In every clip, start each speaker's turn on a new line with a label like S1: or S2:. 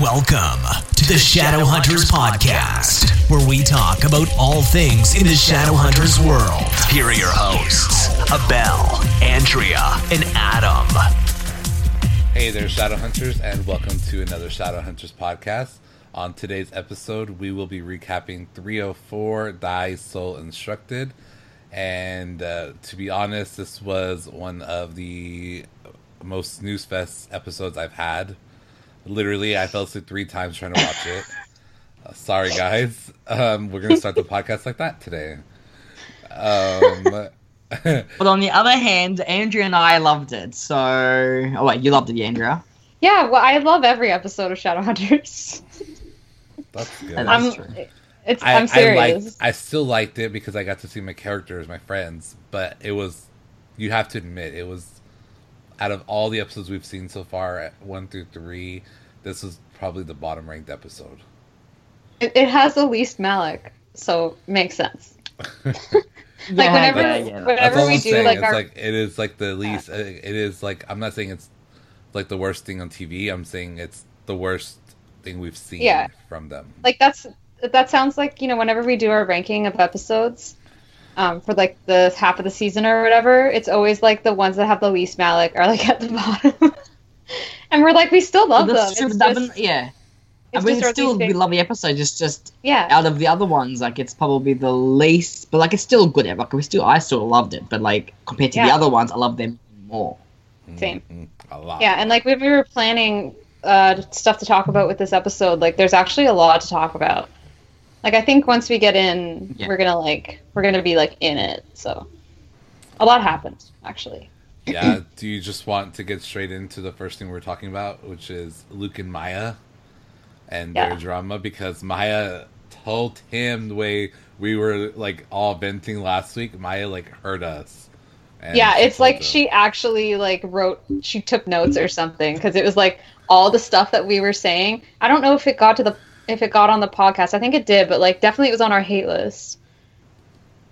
S1: Welcome to the Shadowhunters Podcast, where we talk about all things in the Shadowhunters world. Here are your hosts, Abel, Andrea, and Adam.
S2: Hey there, Shadowhunters, and welcome to another Shadowhunters podcast. On today's episode, we will be recapping 304 Die Soul Instructed. And uh, to be honest, this was one of the most snooze fest episodes I've had. Literally, I fell asleep three times trying to watch it. Uh, sorry, guys. Um, we're going to start the podcast like that today. Um,
S3: But on the other hand, Andrea and I loved it. So, oh wait, you loved it, Andrea.
S4: Yeah, well, I love every episode of Shadowhunters.
S2: that's good.
S3: And
S4: I'm,
S3: true.
S4: it's,
S2: I,
S4: I, am serious.
S2: liked, I still liked it because I got to see my characters, my friends. But it was, you have to admit, it was out of all the episodes we've seen so far, at one through three, this was probably the bottom ranked episode.
S4: it, it has the least Malik, so makes sense. Like
S3: Yeah,
S4: whenever,
S3: yeah, yeah.
S2: That's
S4: whenever
S2: all
S4: we
S2: I'm
S4: do,
S2: saying.
S4: like
S2: it's
S4: our
S2: like it is like the least. uh It is like I'm not saying it's like the worst thing on TV. I'm saying it's the worst thing we've seen
S4: Yeah.
S2: from them.
S4: like that's that sounds like you know whenever we do our ranking of episodes um, for like the half of the season or whatever it's always like the ones that have the least malik are like at the bottom and we're like we still love
S3: But
S4: them
S3: that's
S4: it's
S3: true,
S4: just,
S3: that one- yeah. I
S4: it's
S3: mean,
S4: just our
S3: it's still
S4: least
S3: we
S4: favorite-
S3: love the episode. It's just
S4: yeah
S3: out of the other ones, like it's probably the least, but like it's still good. eh, Like we still, I still loved it. But like compared to the
S4: Yeah.
S3: other ones, I love them more.
S4: Same.
S2: Mhm. A lot.
S4: yeah and like when we were planning uh, stuff to talk about with this episode like there's actually a lot to talk about like i think once we get in
S3: Yeah.
S4: we're gonna like we're gonna be like in it so a lot happened actually
S2: yeah do you just want to get straight into the first thing we're talking about which is luke and maya and their
S4: Yeah.
S2: drama because maya told him the way we were like all venting last week maya like heard us And
S4: yeah
S2: she
S4: it's
S2: told
S4: like
S2: him.
S4: she actually like wrote she took notes or something because it was like all the stuff that we were saying i don't know if it got to the if it got on the podcast i think it did but like definitely it was on our hate list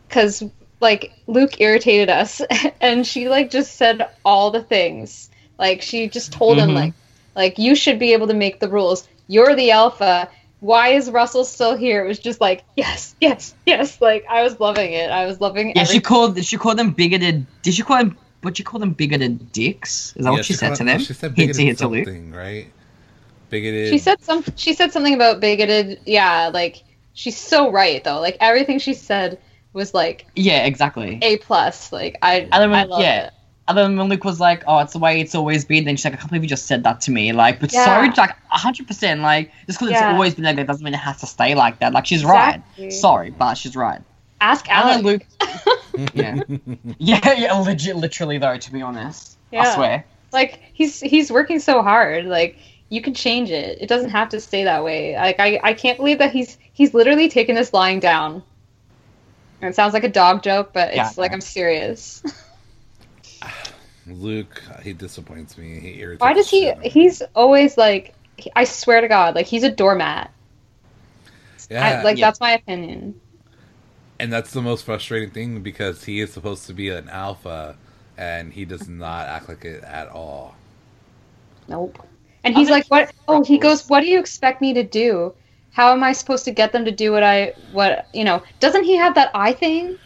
S4: because like luke irritated us and she like just said all the things like she just told
S3: Mhm.
S4: him like like you should be able to make the rules you're the alpha why is russell still here it was just like yes yes yes like i was loving it i was loving
S3: Yeah, she
S4: every-
S3: called. She called them bigoted. Did she call them? What she call them bigoted dicks? Is that
S2: Yeah,
S3: what she, said
S2: called-
S3: to them?
S2: she said
S3: Hint to
S2: bigoted
S3: hint to Luke.
S2: something right bigoted
S4: She said some. She said something about bigoted. Yeah, like she's so right though. Like everything she said was like
S3: Yeah, exactly.
S4: a plus. Like I,
S3: And
S4: I,
S3: then when,
S4: love
S3: yeah.
S4: it.
S3: And then when Luke was like, "Oh, it's the way it's always been," then she's like, "I can't believe you just said that to me." Like, but
S4: Yeah.
S3: sorry, like hundred percent. Like, just because it's
S4: Yeah.
S3: always been like that doesn't mean it has to stay like that. Like, she's
S4: Exactly.
S3: right. Sorry, but she's right.
S4: Ask
S3: And then
S4: Alex.
S3: Luke. yeah. Yeah, yeah. Legit, literally though. To be honest, I
S4: Yeah.
S3: swear.
S4: Like he's he's working so hard. Like you can change it. It doesn't have to stay that way. Like I, I can't believe that he's he's literally taken this lying down. And it sounds like a dog joke, but it's
S3: Yeah.
S4: like I'm serious.
S2: luke he disappoints me he irritates
S4: Why does
S2: the
S4: he?
S2: shit out of me.
S4: He's always like, I swear to God, like he's a doormat.
S2: yeah
S4: I, like
S3: Yeah.
S4: that's my opinion.
S2: and that's the most frustrating thing because he is supposed to be an alpha and he does not act like it at all
S4: Nope. And
S3: I
S4: he's
S3: think
S4: like, "What? Oh, he
S3: trouble.
S4: goes, "What do you expect me to do? How am I supposed to get them to do what I what, you know, doesn't he have that eye thing?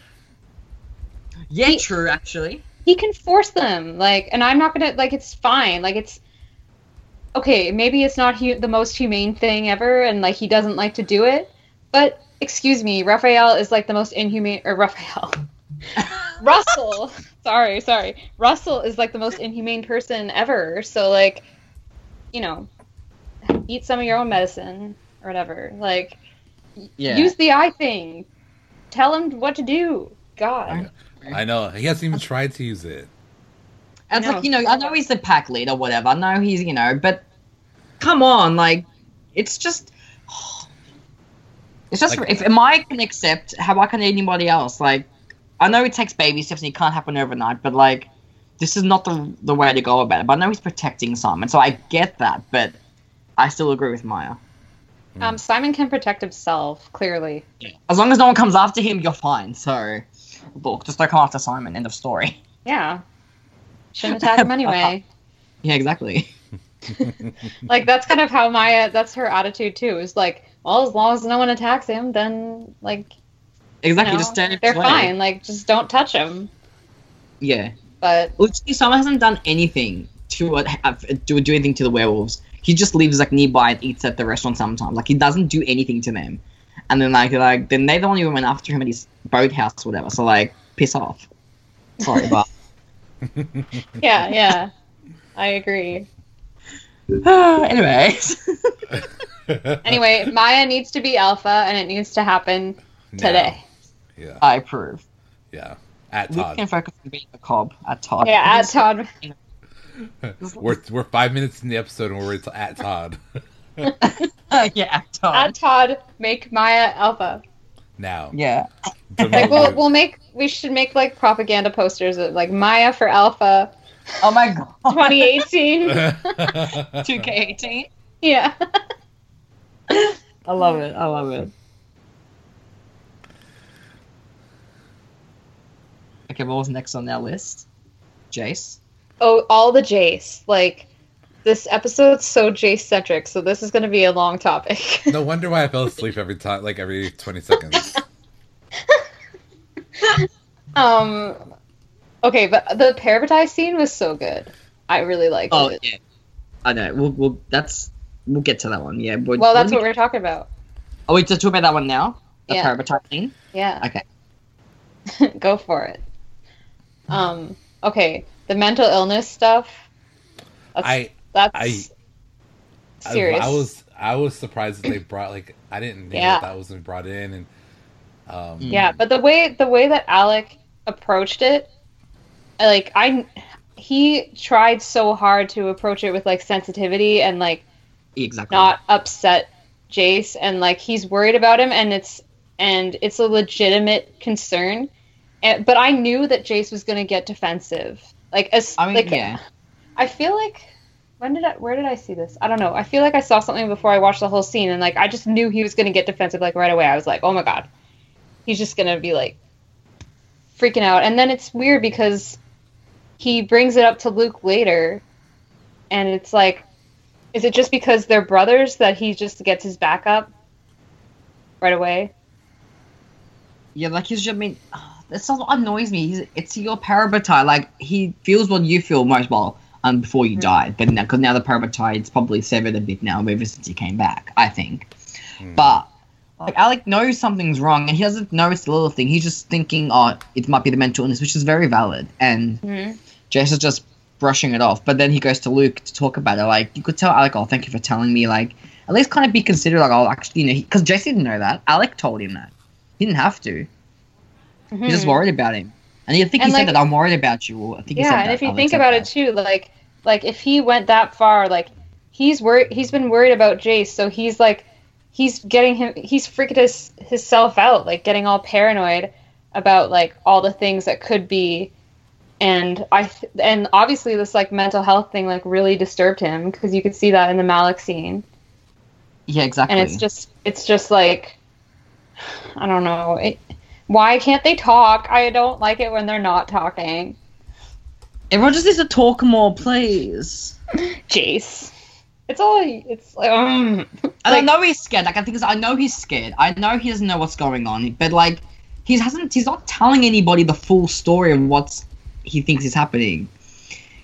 S3: Yeah,
S4: He-
S3: true. Actually.
S4: He can force them. Like, and I'm not going to like it's fine. Like it's okay, maybe it's not hu- the most humane thing ever and like he doesn't like to do it, but excuse me, Raphael is like the most inhumane or Raphael. Russell, sorry, sorry. Russell is like the most inhumane person ever. So like, you know, eat some of your own medicine or whatever. Like,
S3: Yeah.
S4: use the eye thing. Tell him what to do. God,
S2: i know he hasn't even tried to use it
S3: And it's
S4: No.
S3: like, you know, I know he's the pack leader, whatever. I know he's, you know, but come on, like, it's just. It's just.
S2: Like-
S3: if, am I can accept, how I can anybody else? Like, I know it takes baby steps and it can't happen overnight, but, like, this is not the, the way to go about it. But I know he's protecting Simon, so I get that, but I still agree with Maya.
S4: um, Simon can protect himself. Clearly,
S3: As long as no one comes after him, you're fine, so. Look, just don't come after Simon. End of story.
S4: yeah. Shouldn't attack him anyway.
S3: Yeah, exactly.
S4: like that's kind of how Maya that's her attitude too. Is like, well, as long as no one attacks him, then like you
S3: Exactly,
S4: know,
S3: just stand in
S4: they're
S3: his way.
S4: fine. Like just don't touch him.
S3: Yeah.
S4: But
S3: Literally, Sama hasn't done anything to uh, do, do anything to the werewolves. He just lives like nearby and eats at the restaurant sometimes. Like he doesn't do anything to them. And then like they're like then they're the only women after him at his boathouse or whatever. So like piss off. Sorry, but
S4: yeah, yeah, I agree.
S3: anyways.
S4: Anyway, Maya needs to be alpha, and it needs to happen today.
S2: Yeah.
S3: I approve.
S2: Yeah. At
S3: We can
S2: Todd.
S3: focus on being a cob at Todd.
S4: Yeah, at Todd.
S2: We're, we're five minutes in the episode and we're at- at Todd
S3: Todd. yeah, at Todd.
S4: At Todd, make Maya alpha.
S2: now.
S3: yeah.
S4: Like we'll
S2: Promote
S4: we'll make we should make like propaganda posters of like Maya for alpha
S3: Oh my god.
S4: 2018.
S2: you.
S3: 2K18.
S4: yeah.
S3: I love it. I love it. Okay, what was next on our list? Jace.
S4: Oh, all the Jace. Like this episode's so Jace centric, so this is going to be a long topic.
S2: no wonder why I fell asleep every time, like every 20 seconds.
S4: um, okay, but the Paravati scene was so good. I really liked
S3: Oh
S4: it.
S3: yeah. I know. We'll, we'll that's we'll get to that one. Yeah. But
S4: Well, that's what we're talking about.
S3: Oh, we just talk about that one now. The
S4: Yeah.
S3: parabatite thing.
S4: Yeah.
S3: Okay.
S4: Go for it. Um, okay, the mental illness stuff. That's,
S2: I,
S4: that's
S2: I- I-
S4: serious.
S2: I was I was surprised that they brought like I didn't know
S4: Yeah.
S2: that, that wasn't brought in and um
S4: Yeah, but the way the way that Alec approached it, like I, he tried so hard to approach it with like sensitivity and like
S3: Exactly.
S4: not upset Jace and like he's worried about him and it's and it's a legitimate concern. And, but I knew that Jace was going to get defensive. Like as
S3: I mean,
S4: like
S3: yeah.
S4: I feel like when did I where did I see this? I don't know. I feel like I saw something before I watched the whole scene and like I just knew he was going to get defensive like right away. I was like, "Oh my god. He's just going to be like freaking out." And then it's weird because he brings it up to Luke later and it's like is it just because they're brothers that he just gets his back up right away?
S3: Yeah, like he's just I mean, that's what annoys me. He's, it's your parabatai. Like he feels what you feel most well um, before you
S4: Mm.
S3: died, but now because now the parabatai it's probably severed a bit now ever since he came back. I think,
S2: mm,
S3: but
S4: Oh.
S3: like Alec knows something's wrong and he doesn't know it's the little thing. He's just thinking, oh, it might be the mental illness, which is very valid. And
S4: Mm-hmm.
S3: Jace is just brushing it off. But then he goes to Luke to talk about it. Like you could tell Alec, oh, thank you for telling me. Like at least kind of be considerate. Like oh, actually, you know, because Jace didn't know that. Alec told him that. He didn't have to. He's
S4: Mm-hmm.
S3: just worried about him. And you think
S4: Hmm. And,
S3: he
S4: like-
S3: said that I'm worried about you. Or I think he said
S4: yeah, and
S3: that,
S4: if you
S3: Alex
S4: think
S3: said
S4: about
S3: that.
S4: it too, like like if he went that far, like he's worried he's been worried about Jace, so he's like he's getting him he's freaking his himself out, like getting all paranoid about like all the things that could be and I th- and obviously this like mental health thing like really disturbed him because you could see that in the Malik scene.
S3: yeah, exactly.
S4: and it's just it's just like i don't know it, why can't they talk i don't like it when they're not talking
S3: everyone just needs to talk more, please.
S4: jace it's all it's like um
S3: And I
S4: Like-
S3: know he's scared. Like I think it's- I know he's scared. I know he doesn't know what's going on. But like he hasn't. He's not telling anybody the full story of what's he thinks is happening.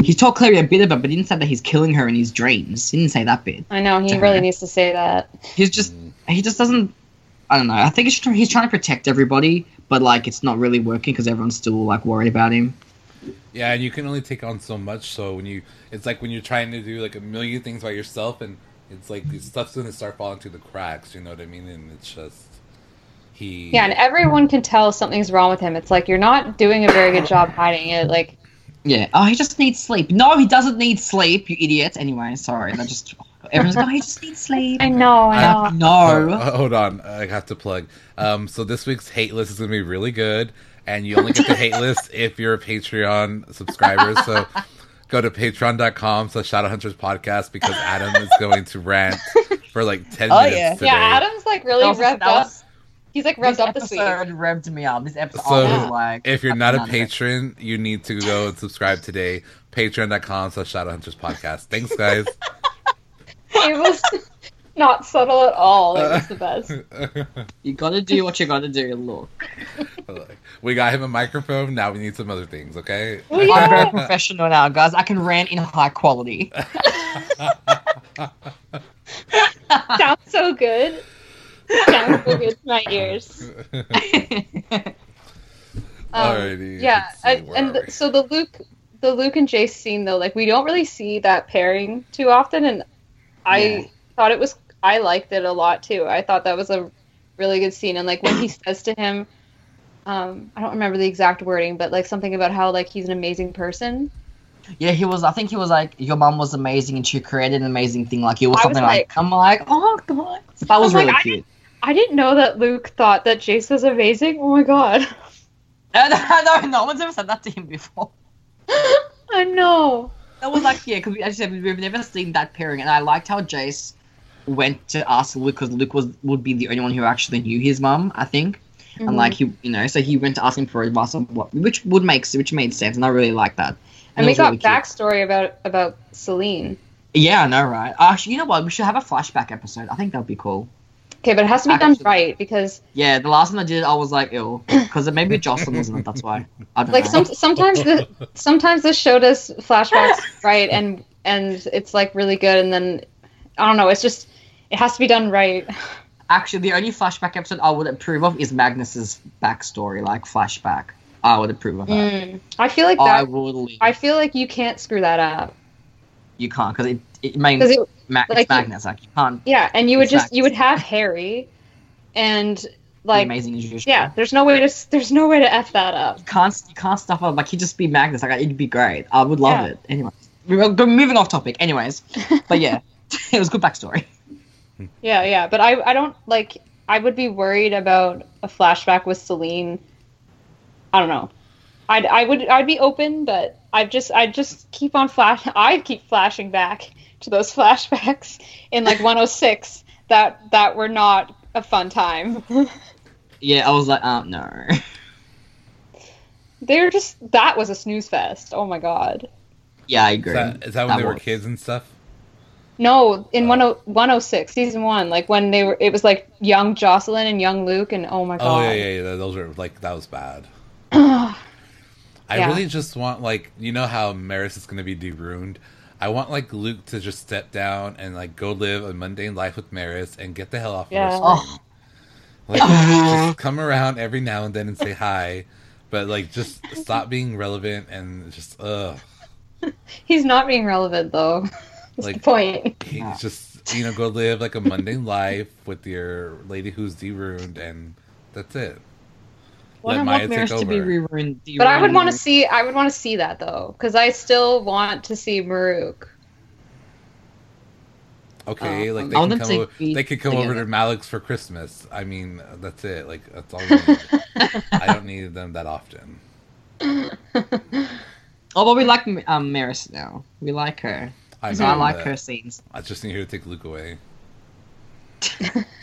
S3: He told Clary a bit of it, but he didn't say that he's killing her in his dreams. He didn't say that bit.
S4: i know he
S3: To
S4: really
S3: her.
S4: needs to say that
S3: He's just
S2: mm,
S3: he just doesn't. I don't know. I think he's tr- he's trying to protect everybody, but like it's not really working because everyone's still like worried about him.
S2: yeah, and you can only take on so much. So when you, it's like when you're trying to do like a million things by yourself, and it's like stuff's gonna start falling through the cracks. You know what I mean? And it's just he.
S4: yeah and everyone can tell something's wrong with him it's like you're not doing a very good job hiding it like
S3: Yeah. Oh, he just needs sleep. No, he doesn't need sleep. You idiot. Anyway, sorry. That just everyone's like, oh, he just needs sleep.
S4: i know i know
S2: I-
S3: No.
S2: Oh, oh, hold on, I have to plug. Um, so this week's hate list is gonna be really good, and you only get the hate list if you're a Patreon subscriber. So go to patreon.com slash Shadowhunters podcast because Adam is going to rant for like ten
S3: Oh,
S2: minutes
S3: yeah.
S2: today.
S4: yeah adam's like really
S3: That was-
S4: revved
S3: that
S4: up
S3: was-
S4: he's like revved
S3: this
S4: up this week
S3: episode revved me up. This episode,
S2: So,
S3: I was like,
S2: If you're not a
S3: I'm it.
S2: patron, you need to go and subscribe today. Patreon.com slash Shadowhunters podcast. Thanks, guys.
S4: it was not subtle at all. It was the best.
S3: You gotta do what you gotta do. Look,
S2: we got him a microphone. Now we need some other things. Okay.
S4: Well, yeah.
S3: I'm very professional now, guys. I can rant in high quality.
S4: Sounds so good. Sounds so good to my ears. Um,
S2: Alrighty,
S4: Yeah,
S2: let's see,
S4: I,
S2: where
S4: and
S2: are
S4: the-
S2: we?
S4: so the Luke, the Luke and Jace scene though, like we don't really see that pairing too often, and I
S3: Yeah.
S4: thought it was I liked it a lot too. I thought that was a really good scene, and like when he says to him, um, I don't remember the exact wording, but like something about how like he's an amazing person.
S3: yeah, he was. I think he was like, "Your mom was amazing, and she created an amazing thing." Like you or
S4: I was
S3: something like, I'm like, oh god, that was
S4: I'm like,
S3: really
S4: I
S3: cute.
S4: I didn't know that Luke thought that Jace was amazing. Oh my god,
S3: No, no, no, no one's ever said that to him before.
S4: I know.
S3: That was like, yeah, because we, as you said, we've never seen that pairing, and I liked how Jace went to ask Luke because Luke was would be the only one who actually knew his mum, I think,
S4: Mm-hmm.
S3: and like he, you know, so he went to ask him for advice on what, which would make which made sense, and I really liked that.
S4: and
S3: it
S4: we
S3: was
S4: got
S3: really cute.
S4: backstory about about Celine.
S3: Yeah, I know, right? Actually, you know what? We should have a flashback episode. I think that would be cool.
S4: Okay, but it has to be done
S3: Actually-
S4: right because
S3: Yeah, the last one I did, I was like ill because maybe Jocelyn wasn't. it, That's why. I don't
S4: like
S3: know.
S4: some, sometimes the, sometimes this show does flashbacks right and and it's like really good and then i don't know it's just it has to be done right
S3: Uh-huh. Actually, the only flashback episode I would approve of is Magnus's backstory, like flashback. I would approve of that.
S4: i feel like
S3: I
S4: Mm, that
S3: would. leave.
S4: i feel like you can't screw that up
S3: You can't because it it means
S4: 'Cause it-
S3: ma-
S4: like,
S3: it's Magnus. Like you can't.
S4: yeah and you would just
S3: Exact.
S4: you would have harry and like
S3: amazing as usual.
S4: yeah there's no way to s- there's no way to f that up
S3: You can't you can't stuff up like he'd just be Magnus. Like it'd be great. I would love
S4: Yeah.
S3: it. Anyways, we were go- moving off topic. Anyways, but yeah, it was good backstory.
S4: Yeah, yeah, but I I don't like I would be worried about a flashback with Celine. I don't know. I'd I would I'd be open, but I just I just keep on flash I keep flashing back to those flashbacks in like 106 that that were not a fun time.
S3: Yeah, I was like, um, no.
S4: They're just that was a snooze fest. Oh my god.
S3: yeah, I agree.
S2: Is that, is that when
S3: That
S2: they were
S3: was-
S2: kids and stuff?
S4: No, in oh, 10 106 season 1, like when they were it was like young Jocelyn and young Luke and oh my
S2: Oh
S4: god.
S2: yeah, yeah, yeah. Those were like that was bad. I
S4: Yeah.
S2: really just want like you know how Maris is gonna be deruined. I want like Luke to just step down and like go live a mundane life with Maris and get the hell off
S4: Yeah.
S2: of her.
S3: Oh.
S2: screen. Like just come around every now and then and say hi, but like just stop being relevant and just ugh.
S4: He's not being relevant though. That's
S2: Like-
S4: the point.
S2: He-
S3: Yeah.
S2: Just you know go live like a mundane life with your lady who's deruined and that's it.
S3: Well, I want Maris to be re-ruined.
S4: But I would want to see. I would want to see that though, because I still want to see Maruk.
S2: Okay,
S3: Um,
S2: like they
S3: I want
S2: can
S3: them
S2: come
S3: to
S2: over,
S3: be
S2: they could come over to
S3: together.
S2: Malik's for Christmas. I mean, that's it. Like that's all. We need. I don't need them that often.
S3: Oh, but we like um, Maris now. We like her.
S2: I,
S3: So I
S2: know,
S3: like
S2: but
S3: her scenes.
S2: I just need her to take Luke away.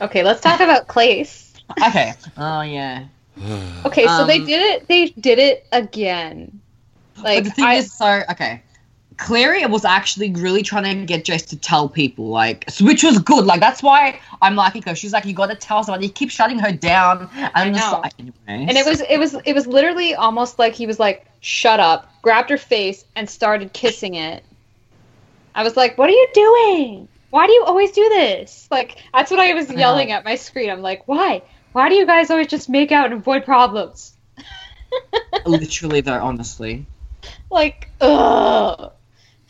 S4: Okay, let's talk about Clace.
S3: Okay. Oh yeah.
S4: Okay, so they
S3: Um,
S4: did it. They did it again.
S3: but
S4: Like
S3: the thing
S4: I,
S3: is, so okay, Clary was actually really trying to get Jace to tell people, like, so- which was good. Like that's why I'm liking her. She's like, you got to tell somebody. You keep shutting her down. And I'm just
S4: know.
S3: like, anyways.
S4: and it was it was it was literally almost like he was like, "Shut up!" grabbed her face and started kissing it. I was like, "What are you doing? Why do you always do this?" Like that's what I was
S3: I know.
S4: yelling at my screen. I'm like, "Why? Why do you guys always just make out and avoid problems?"
S3: literally though, honestly.
S4: like ugh.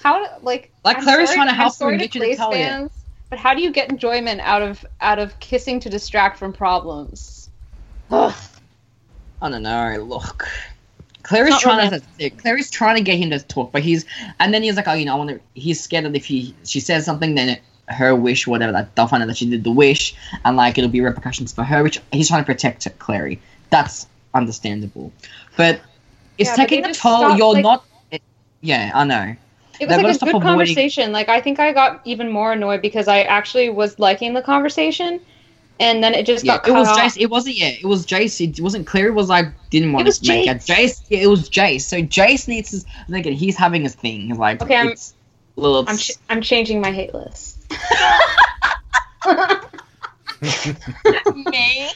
S4: how like
S3: Like, Clary's trying to help
S4: I'm sorry
S3: him get you to
S4: Clay
S3: tell you.
S4: fans, but how do you get enjoyment out of out of kissing to distract from problems Ugh.
S3: I don't know. Look, Clary's
S4: Not
S3: trying to Clary's trying to get him to talk, but he's and then he's like, oh, you know, I want to. He's scared that if he she says something, then it, her wish, whatever, that they'll find out that she did the wish, and like it'll be repercussions for her. Which he's trying to protect her, Clary. That's understandable, but it's
S4: Yeah, but
S3: taking
S4: they
S3: a
S4: just
S3: toll.
S4: stopped,
S3: You're
S4: like-
S3: not. It, yeah, I know.
S4: it
S3: They're
S4: was
S3: gonna
S4: like a
S3: stop
S4: good
S3: avoiding-
S4: conversation like i think i got even more annoyed because i actually was liking the conversation and then it just
S3: Yeah,
S4: got
S3: it
S4: cut
S3: was
S4: off.
S3: Jace. It wasn't. Yeah, it was Jace. It wasn't Clary. Was I didn't want
S4: was
S3: to make it.
S4: Jace.
S3: Jace. Yeah, it was Jace. So Jace needs his. And again, he's having his thing. He's like,
S4: Okay, I'm-
S3: it's Lilith's.
S4: I'm ch- I'm changing my hate list.
S3: me.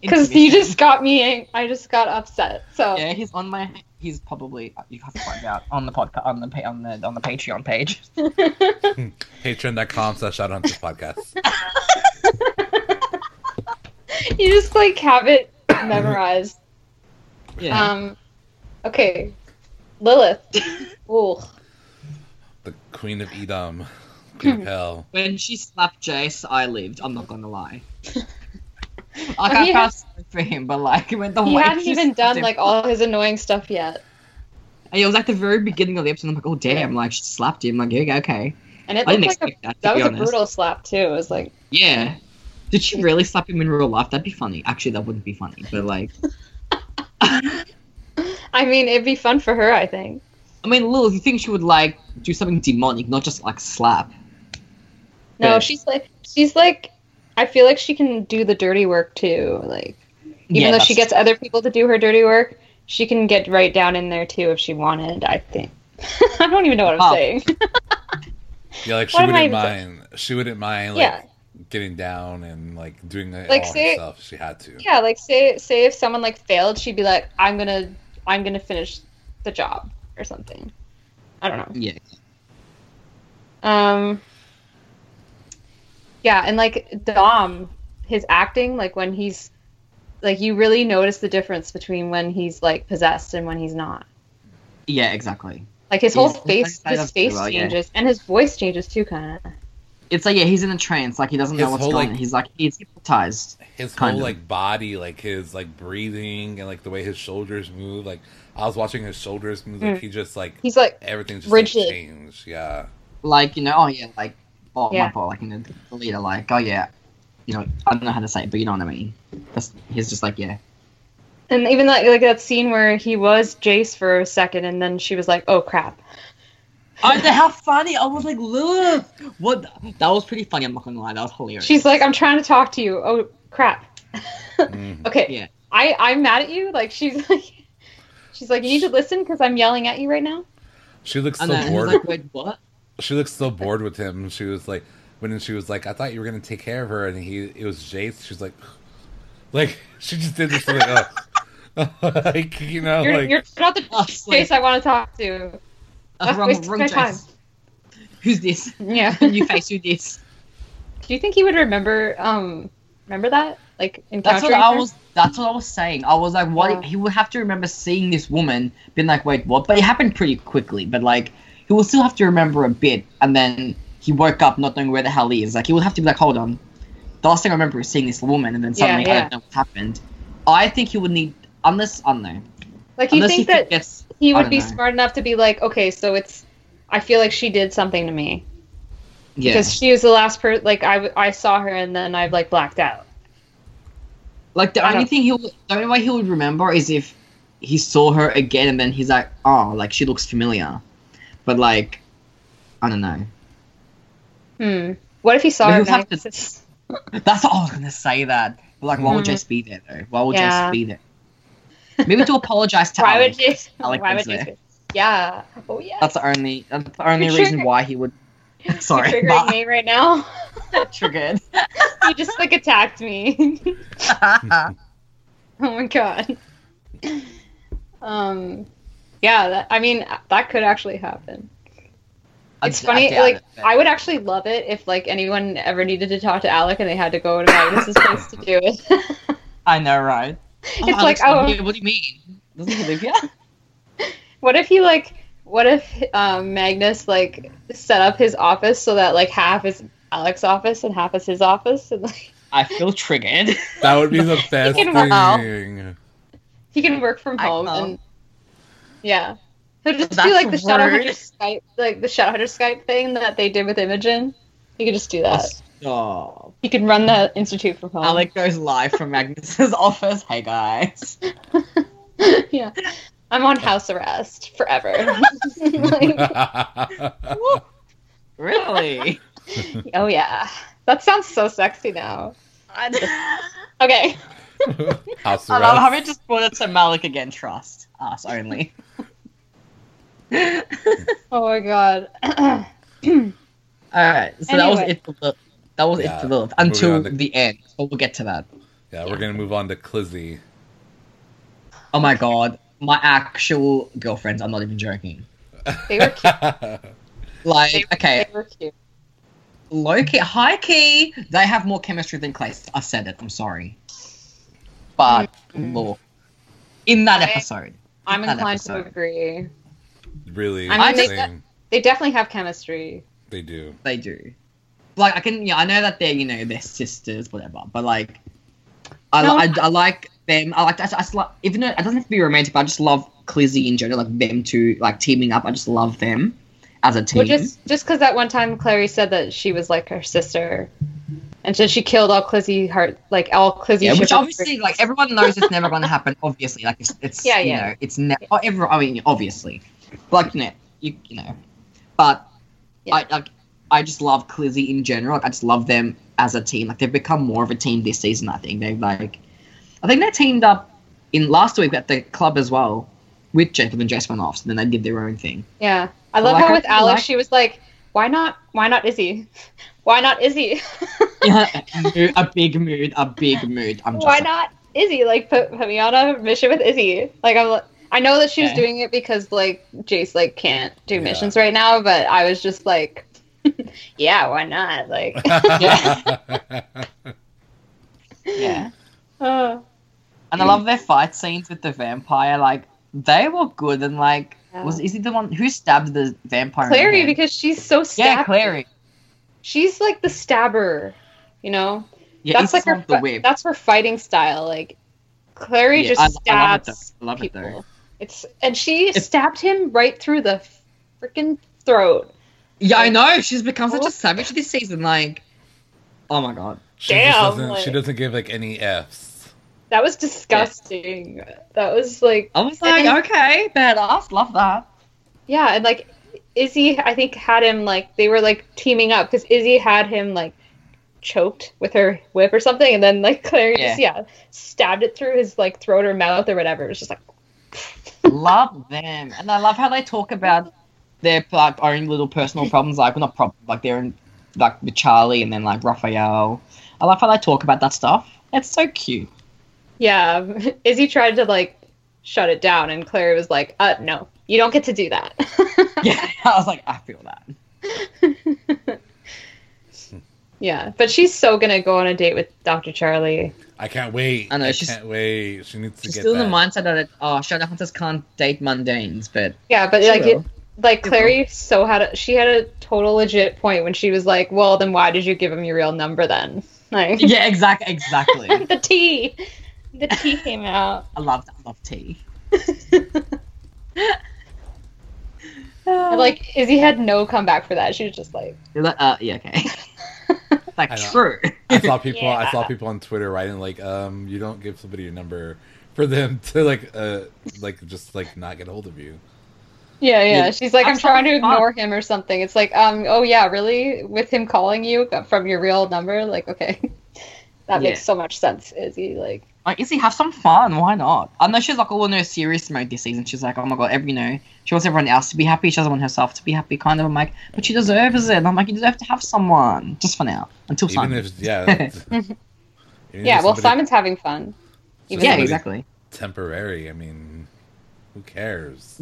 S4: Because you just got me. I just got upset. So
S3: yeah, he's on my. He's probably you have to find out on the podcast on the pa- on the on the Patreon page.
S2: Patreon.com slash Shadowhunters Podcast.
S4: you just like have it memorized.
S3: Yeah,
S4: Um, okay, Lilith. Ooh,
S3: Oh,
S2: The Queen of Edom. Queen of Hell.
S3: when she slapped Jace, I lived. I'm not gonna lie. like
S4: He
S3: I
S4: has-
S3: passed for him, but like when the
S4: he
S3: way
S4: hadn't
S3: she
S4: even
S3: slapped
S4: done
S3: him-
S4: like all his annoying stuff yet,
S3: And it was like the very beginning of the episode. I'm like, oh damn! Like she slapped him. Like yeah, okay.
S4: and it
S3: I didn't
S4: looked like a,
S3: expect that. To
S4: that
S3: be
S4: was a
S3: honest.
S4: brutal slap too. It was like
S3: Yeah. Did she really slap him in real life? That'd be funny. Actually, that wouldn't be funny, but like,
S4: I mean, it'd be fun for her. I think.
S3: I mean, Lilith, you think she would like do something demonic, not just like slap?
S4: No,
S3: Yeah.
S4: she's like she's like. I feel like she can do the dirty work too. Like even
S3: Yeah,
S4: though she
S3: that's-
S4: gets other people to do her dirty work, she can get right down in there too if she wanted. I think. I don't even know what I'm
S3: Oh.
S4: saying.
S2: Yeah, like she
S4: What am I
S2: wouldn't
S4: even
S2: mind. She wouldn't mind, like,
S4: Yeah.
S2: getting down and, like, doing it
S4: Like,
S2: all
S4: say-
S2: herself if she had to.
S4: yeah, like say say if someone like failed, she'd be like, "I'm gonna I'm gonna finish the job" or something. I don't know.
S3: Yeah.
S4: Um. Yeah, and like Dom, his acting, like when he's, like you really notice the difference between when he's like possessed and when he's not.
S3: Yeah, exactly.
S4: Like his whole
S3: Yeah,
S4: face,
S3: I- I
S4: his
S3: don't
S4: face
S3: feel well, yeah.
S4: changes and his voice changes too, kind of.
S3: It's like yeah, he's in a trance, like he doesn't
S2: His
S3: know what's
S2: whole,
S3: going on.
S2: like-
S3: He's like he's hypnotized.
S2: his
S3: Kind
S2: whole
S3: of.
S2: like body, like his like breathing and like the way his shoulders move. Like I was watching his shoulders move. Like
S4: Mm.
S2: he just like
S4: He's like,
S2: everything just like,
S4: rigid.
S2: changed. Yeah,
S3: Like, you know, oh yeah, like oh
S4: Yeah.
S3: my god, like you know the leader, like, oh yeah. You know, I don't know how to say it, but you know what I mean. That's, he's just like, yeah.
S4: and even like like that scene where he was Jace for a second, and then she was like, "Oh crap."
S3: Oh, the- how funny! I was like, Lilith, what? the-" That was pretty funny. I'm not gonna lie, that was hilarious.
S4: She's like, "I'm trying to talk to you." Oh crap.
S2: Mhm.
S4: Okay.
S3: Yeah.
S4: I I'm mad at you. Like she's like, she's like, you need to listen because I'm yelling at you right now.
S2: she looks so
S3: and then he's
S2: bored.
S3: like, wait, what?
S2: she looks so bored with him. She was like, when she was like, I thought you were gonna take care of her, and he it was Jace. She's like, like she just did this like, oh. like you know,
S4: You're
S2: like
S4: you're not the
S3: Oh,
S4: face
S3: sorry.
S4: I want to talk to.
S3: Uh,
S4: That's
S3: wrong,
S4: wasting
S3: wrong
S4: my
S3: choice.
S4: time.
S3: Who's this?
S4: Yeah.
S3: New face, who this?
S4: Do you think he would remember? Um, remember that? Like encountering
S3: That's what I
S4: her?
S3: was. That's what I was saying. I was like, what?
S4: Yeah.
S3: He would have to remember seeing this woman, being like, wait, what? But it happened pretty quickly. But like, he will still have to remember a bit, and then he woke up not knowing where the hell he is. Like, he will have to be like, hold on. The last thing I remember is seeing this woman, and then
S4: Yeah,
S3: suddenly I
S4: yeah.
S3: don't know what happened. I think he would need, unless I don't know,
S4: Like you
S3: unless
S4: think
S3: he
S4: that
S3: forgets.
S4: he
S3: I
S4: would
S3: don't
S4: be
S3: know.
S4: smart enough to be like, okay, so it's. I feel like she did something to me
S3: Yeah,
S4: because she was the last person. Like I, w- I saw her and then I've like blacked out.
S3: like the
S4: I
S3: only
S4: don't-
S3: thing he, would, the only way he would remember is if he saw her again, and then he's like, oh, like she looks familiar, but like, I don't know.
S4: Hmm. What if he saw
S3: But
S4: her?
S3: he'll
S4: and
S3: have
S4: then-
S3: That's what I was gonna say. That, but like, why would
S4: Mhm.
S3: Jace be there though? Why would
S4: Yeah.
S3: Jace be there? Maybe to apologize to
S4: Why
S3: Alec.
S4: would Jace?
S3: Alec
S4: Why would
S3: was there.
S4: Jace? Yeah. Oh yeah.
S3: That's the only. That's the only
S4: You're
S3: reason
S4: triggered.
S3: why he would. Sorry,
S4: You're triggering
S3: but-
S4: me right now.
S3: triggered.
S4: you just like attacked me. oh my god. Um, yeah. That, I mean, that could actually happen.
S3: I
S4: It's
S3: d- I
S4: funny.
S3: doubt
S4: like
S3: it, but-
S4: I would actually love it if like anyone ever needed to talk to Alec and they had to go to Magnus's place to do it.
S3: I know, right? Oh,
S4: it's
S3: Alex,
S4: like, oh,
S3: what do you- what do you mean? Doesn't he live here?
S4: What if he like? What if um, Magnus like set up his office so that like half is Alex's office and half is his office, and like
S3: I feel triggered.
S2: that would be the best
S4: can wow.
S2: thing.
S4: he can work from
S3: I
S4: home
S3: know.
S4: and yeah, he'll just
S3: That's
S4: do like the Shadowhunter
S3: rude.
S4: Skype, like the Shadowhunter Skype thing that they did with Imogen. He could just do that.
S3: Stop.
S4: He can run the institute from home.
S3: Alec goes live from Magnus's office. Hey guys.
S4: yeah, I'm on house arrest forever. Like,
S3: Really?
S4: oh yeah, that sounds so sexy now.
S3: I,
S4: Okay.
S2: House
S3: I love how we
S2: arrest.
S3: just brought it to Malik again. Trust us only.
S4: Oh my god.
S3: All right. So that was
S4: Anyway.
S3: it for Lilith. That was
S2: Yeah,
S3: it for Lilith
S2: moving
S3: until
S2: on to-
S3: the end. But we'll get to that.
S2: Yeah, we're gonna move on to Clizzy.
S3: Oh my god, my actual girlfriends. I'm not even joking.
S4: they were cute. They,
S3: Like, okay,
S4: They were cute.
S3: low key, high key, they have more chemistry than Clay. I said it. I'm sorry, but look, in that
S4: Okay.
S3: episode,
S4: I'm
S3: That
S4: inclined to
S3: episode.
S4: agree.
S2: really,
S4: I
S3: mean, they-
S2: same.
S4: They definitely have chemistry.
S2: They, do.
S3: they do. Like, I can, yeah, I know that they're, you know, they're sisters, whatever. But like, I,
S4: No,
S3: li- I, I like them. I like, I, just- I just like, even though it doesn't have to be romantic, but I just love Clizzy in general. Like them two, like teaming up. I just love them as a team.
S4: Well, just just because that one time Clary said that she was like her sister, and so she killed all Clizzy heart, like all Clizzy.
S3: Yeah, which
S4: shippers.
S3: obviously, like everyone knows, it's never going to happen. Obviously, like it's, it's
S4: Yeah,
S3: you
S4: yeah.
S3: know, it's never. Oh, every, I mean, obviously, like you know, you, you know, but
S4: Yeah.
S3: I like, I just love Clizzy in general. Like, I just love them as a team. Like they've become more of a team this season. I think they've like, I think they teamed up in last week at the club as well with Jacob and Jasmine off, and then they did their own thing.
S4: Yeah, I
S3: Well,
S4: love
S3: like,
S4: how
S3: I
S4: with
S3: feel
S4: Alex
S3: like-
S4: she was like, "Why not? Why not Izzy? Why not Izzy?
S3: Mood- a big mood, a big mood. I'm just
S4: Why not Izzy? Like put, put me on a mission with Izzy. Like I'm." li- I know that she was
S3: Yeah.
S4: doing it because like Jace like can't do
S2: Yeah.
S4: missions right now, but I was just like, yeah, why not? Like,
S3: Yeah.
S4: uh,
S3: And I love their fight scenes with the vampire. Like they were good, and like
S4: Yeah.
S3: was is he the one who stabbed the vampire? in the
S4: Clary
S3: head?
S4: because she's so stabbed.
S3: yeah, Clary.
S4: she's like the stabber, you know.
S3: Yeah,
S4: that's like
S3: it's
S4: her.
S3: not the
S4: fi-
S3: whip.
S4: That's her fighting style. Like Clary
S3: Yeah,
S4: just
S3: I- I love it
S4: stabs
S3: though. I love it though.
S4: people. It's and she
S3: It's-
S4: stabbed him right through the freaking throat.
S3: Yeah, I know. She's become such a savage this season. Like, oh my god.
S2: she just
S4: Damn,
S2: doesn't. She
S4: like-
S2: doesn't give like any f's.
S4: That was disgusting. That was like
S3: I was like,
S4: And-
S3: okay, badass, love that.
S4: yeah, and like Izzy, I think had him like they were like teaming up because Izzy had him like choked with her whip or something, and then like Clary just yeah stabbed it through his like throat or mouth or whatever. It was just like
S3: love them, and I love how they talk about their like own little personal problems. Like, well, not problems, like they're in like with Charlie, and then like Raphael. I love how they talk about that stuff. It's so cute.
S4: Yeah, Izzy tried to like shut it down, and Clary was like, "Uh, no, you don't get to do that."
S3: Yeah, I was like, I feel that.
S4: yeah, but she's so gonna go on a date with Dr. Charlie.
S2: I can't wait.
S3: I know,
S2: I
S3: she's-
S2: can't wait. She needs to
S3: She's
S2: get
S3: still in
S2: that.
S3: the mindset that oh, shadow hunters can't date mundanes, but
S4: Yeah, but
S3: She
S4: like,
S3: will.
S4: it, like
S3: She
S4: Clary so had a, she had a total legit point when she was like, "Well, then why did you give him your real number then?" Like
S3: yeah, exactly, exactly. I
S4: the tea, the tea came out.
S3: love that. I love tea.
S4: And, like Izzy had no comeback for that. She was just like,
S3: You're like, uh, yeah, okay.
S2: I
S3: like
S2: know.
S3: true.
S2: I saw people. I saw
S4: Yeah.
S2: people on Twitter writing like, um, you don't give somebody your number for them to like, uh, like just like not get a hold of you.
S4: "Yeah, yeah."
S3: Yeah.
S4: She's like, "I'm
S3: That's
S4: trying to
S3: fucking fun.
S4: ignore him or something." It's like, um, oh yeah, really? With him calling you from your real number? Like, okay. That
S3: Yeah.
S4: makes so much sense, Izzy. Like,
S3: Like, Izzy, have some fun. Why not? I know she's like all in her serious mode this season. She's like, oh my god, every you know, she wants everyone else to be happy. She doesn't want herself to be happy. Kind of. I'm like, but she deserves it. And I'm like, you deserve to have someone just for now until
S2: Even
S3: Simon.
S2: if yeah, it's- even
S4: yeah,
S2: if
S4: well,
S2: somebody-
S4: Simon's having fun. even
S3: yeah,
S4: if-
S3: exactly.
S2: Temporary. I mean, who cares?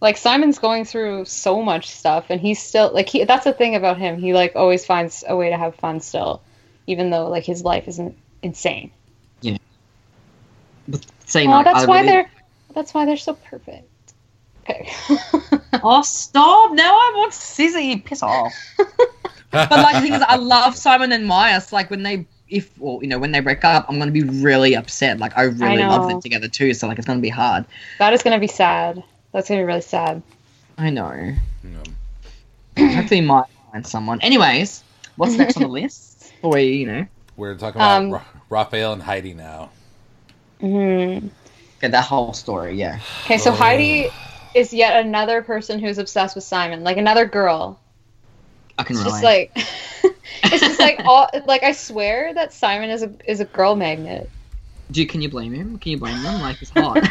S4: Like, Simon's going through so much stuff, and he's still, like, he, that's the thing about him. He, like, always finds a way to have fun still, even though, like, his life isn't insane.
S3: But saying
S4: Oh,
S3: like,
S4: that's
S3: I
S4: why
S3: really-
S4: they're, that's why they're so perfect. Okay.
S3: Oh, stop! Now I want Sizzy. Piss off.
S2: but
S3: But like the thing is, I love Simon and Myers. Like when they, if well, you know, when they break up, I'm gonna be really upset. Like I really
S4: I
S3: love
S4: know.
S3: them together too. So like it's gonna be hard.
S4: that is going to be sad. That's going to be really sad.
S3: I know.
S2: No.
S3: Hopefully, Myers finds someone. Anyways, what's next on the list? Or you know,
S2: We're talking about
S4: Um,
S2: Ra- Raphael and Heidi now.
S4: Mm.
S3: okay, that whole story. Yeah,
S4: Okay, so
S2: Oh.
S4: Heidi is yet another person who's obsessed with Simon, like another girl.
S3: I can
S4: It's
S3: relate.
S4: just like it's just like all like I swear that Simon is a is a girl magnet.
S5: Do can you blame him? Can you blame them? Like it's hot.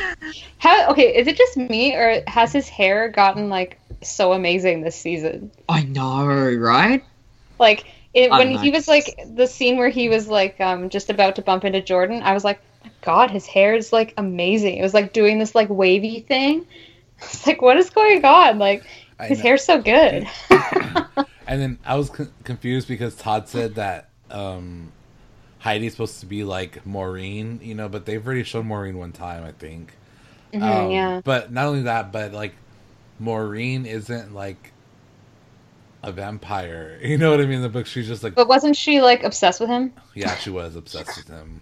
S4: How okay, is it just me or has his hair gotten like so amazing this season?
S5: I know, right?
S4: Like it,
S5: I
S4: when
S5: don't know.
S4: he was like the scene where he was like um just about to bump into Jordan, I was like, "My God, his hair is like amazing. It was like doing this like wavy thing. It's like, what is going on? Like
S2: I
S4: his
S2: know. Um,
S4: hair's so good.
S2: And then I was con- confused because Todd said that um, Heidi's supposed to be like Maureen, you know, but they've already shown Maureen one time, I think.
S4: Mhm,
S2: Um,
S4: yeah.
S2: But not only that, but like Maureen isn't like a vampire. You know what I mean? In the book, she's just like,
S4: But wasn't she like obsessed with him?
S2: yeah, she was obsessed with him.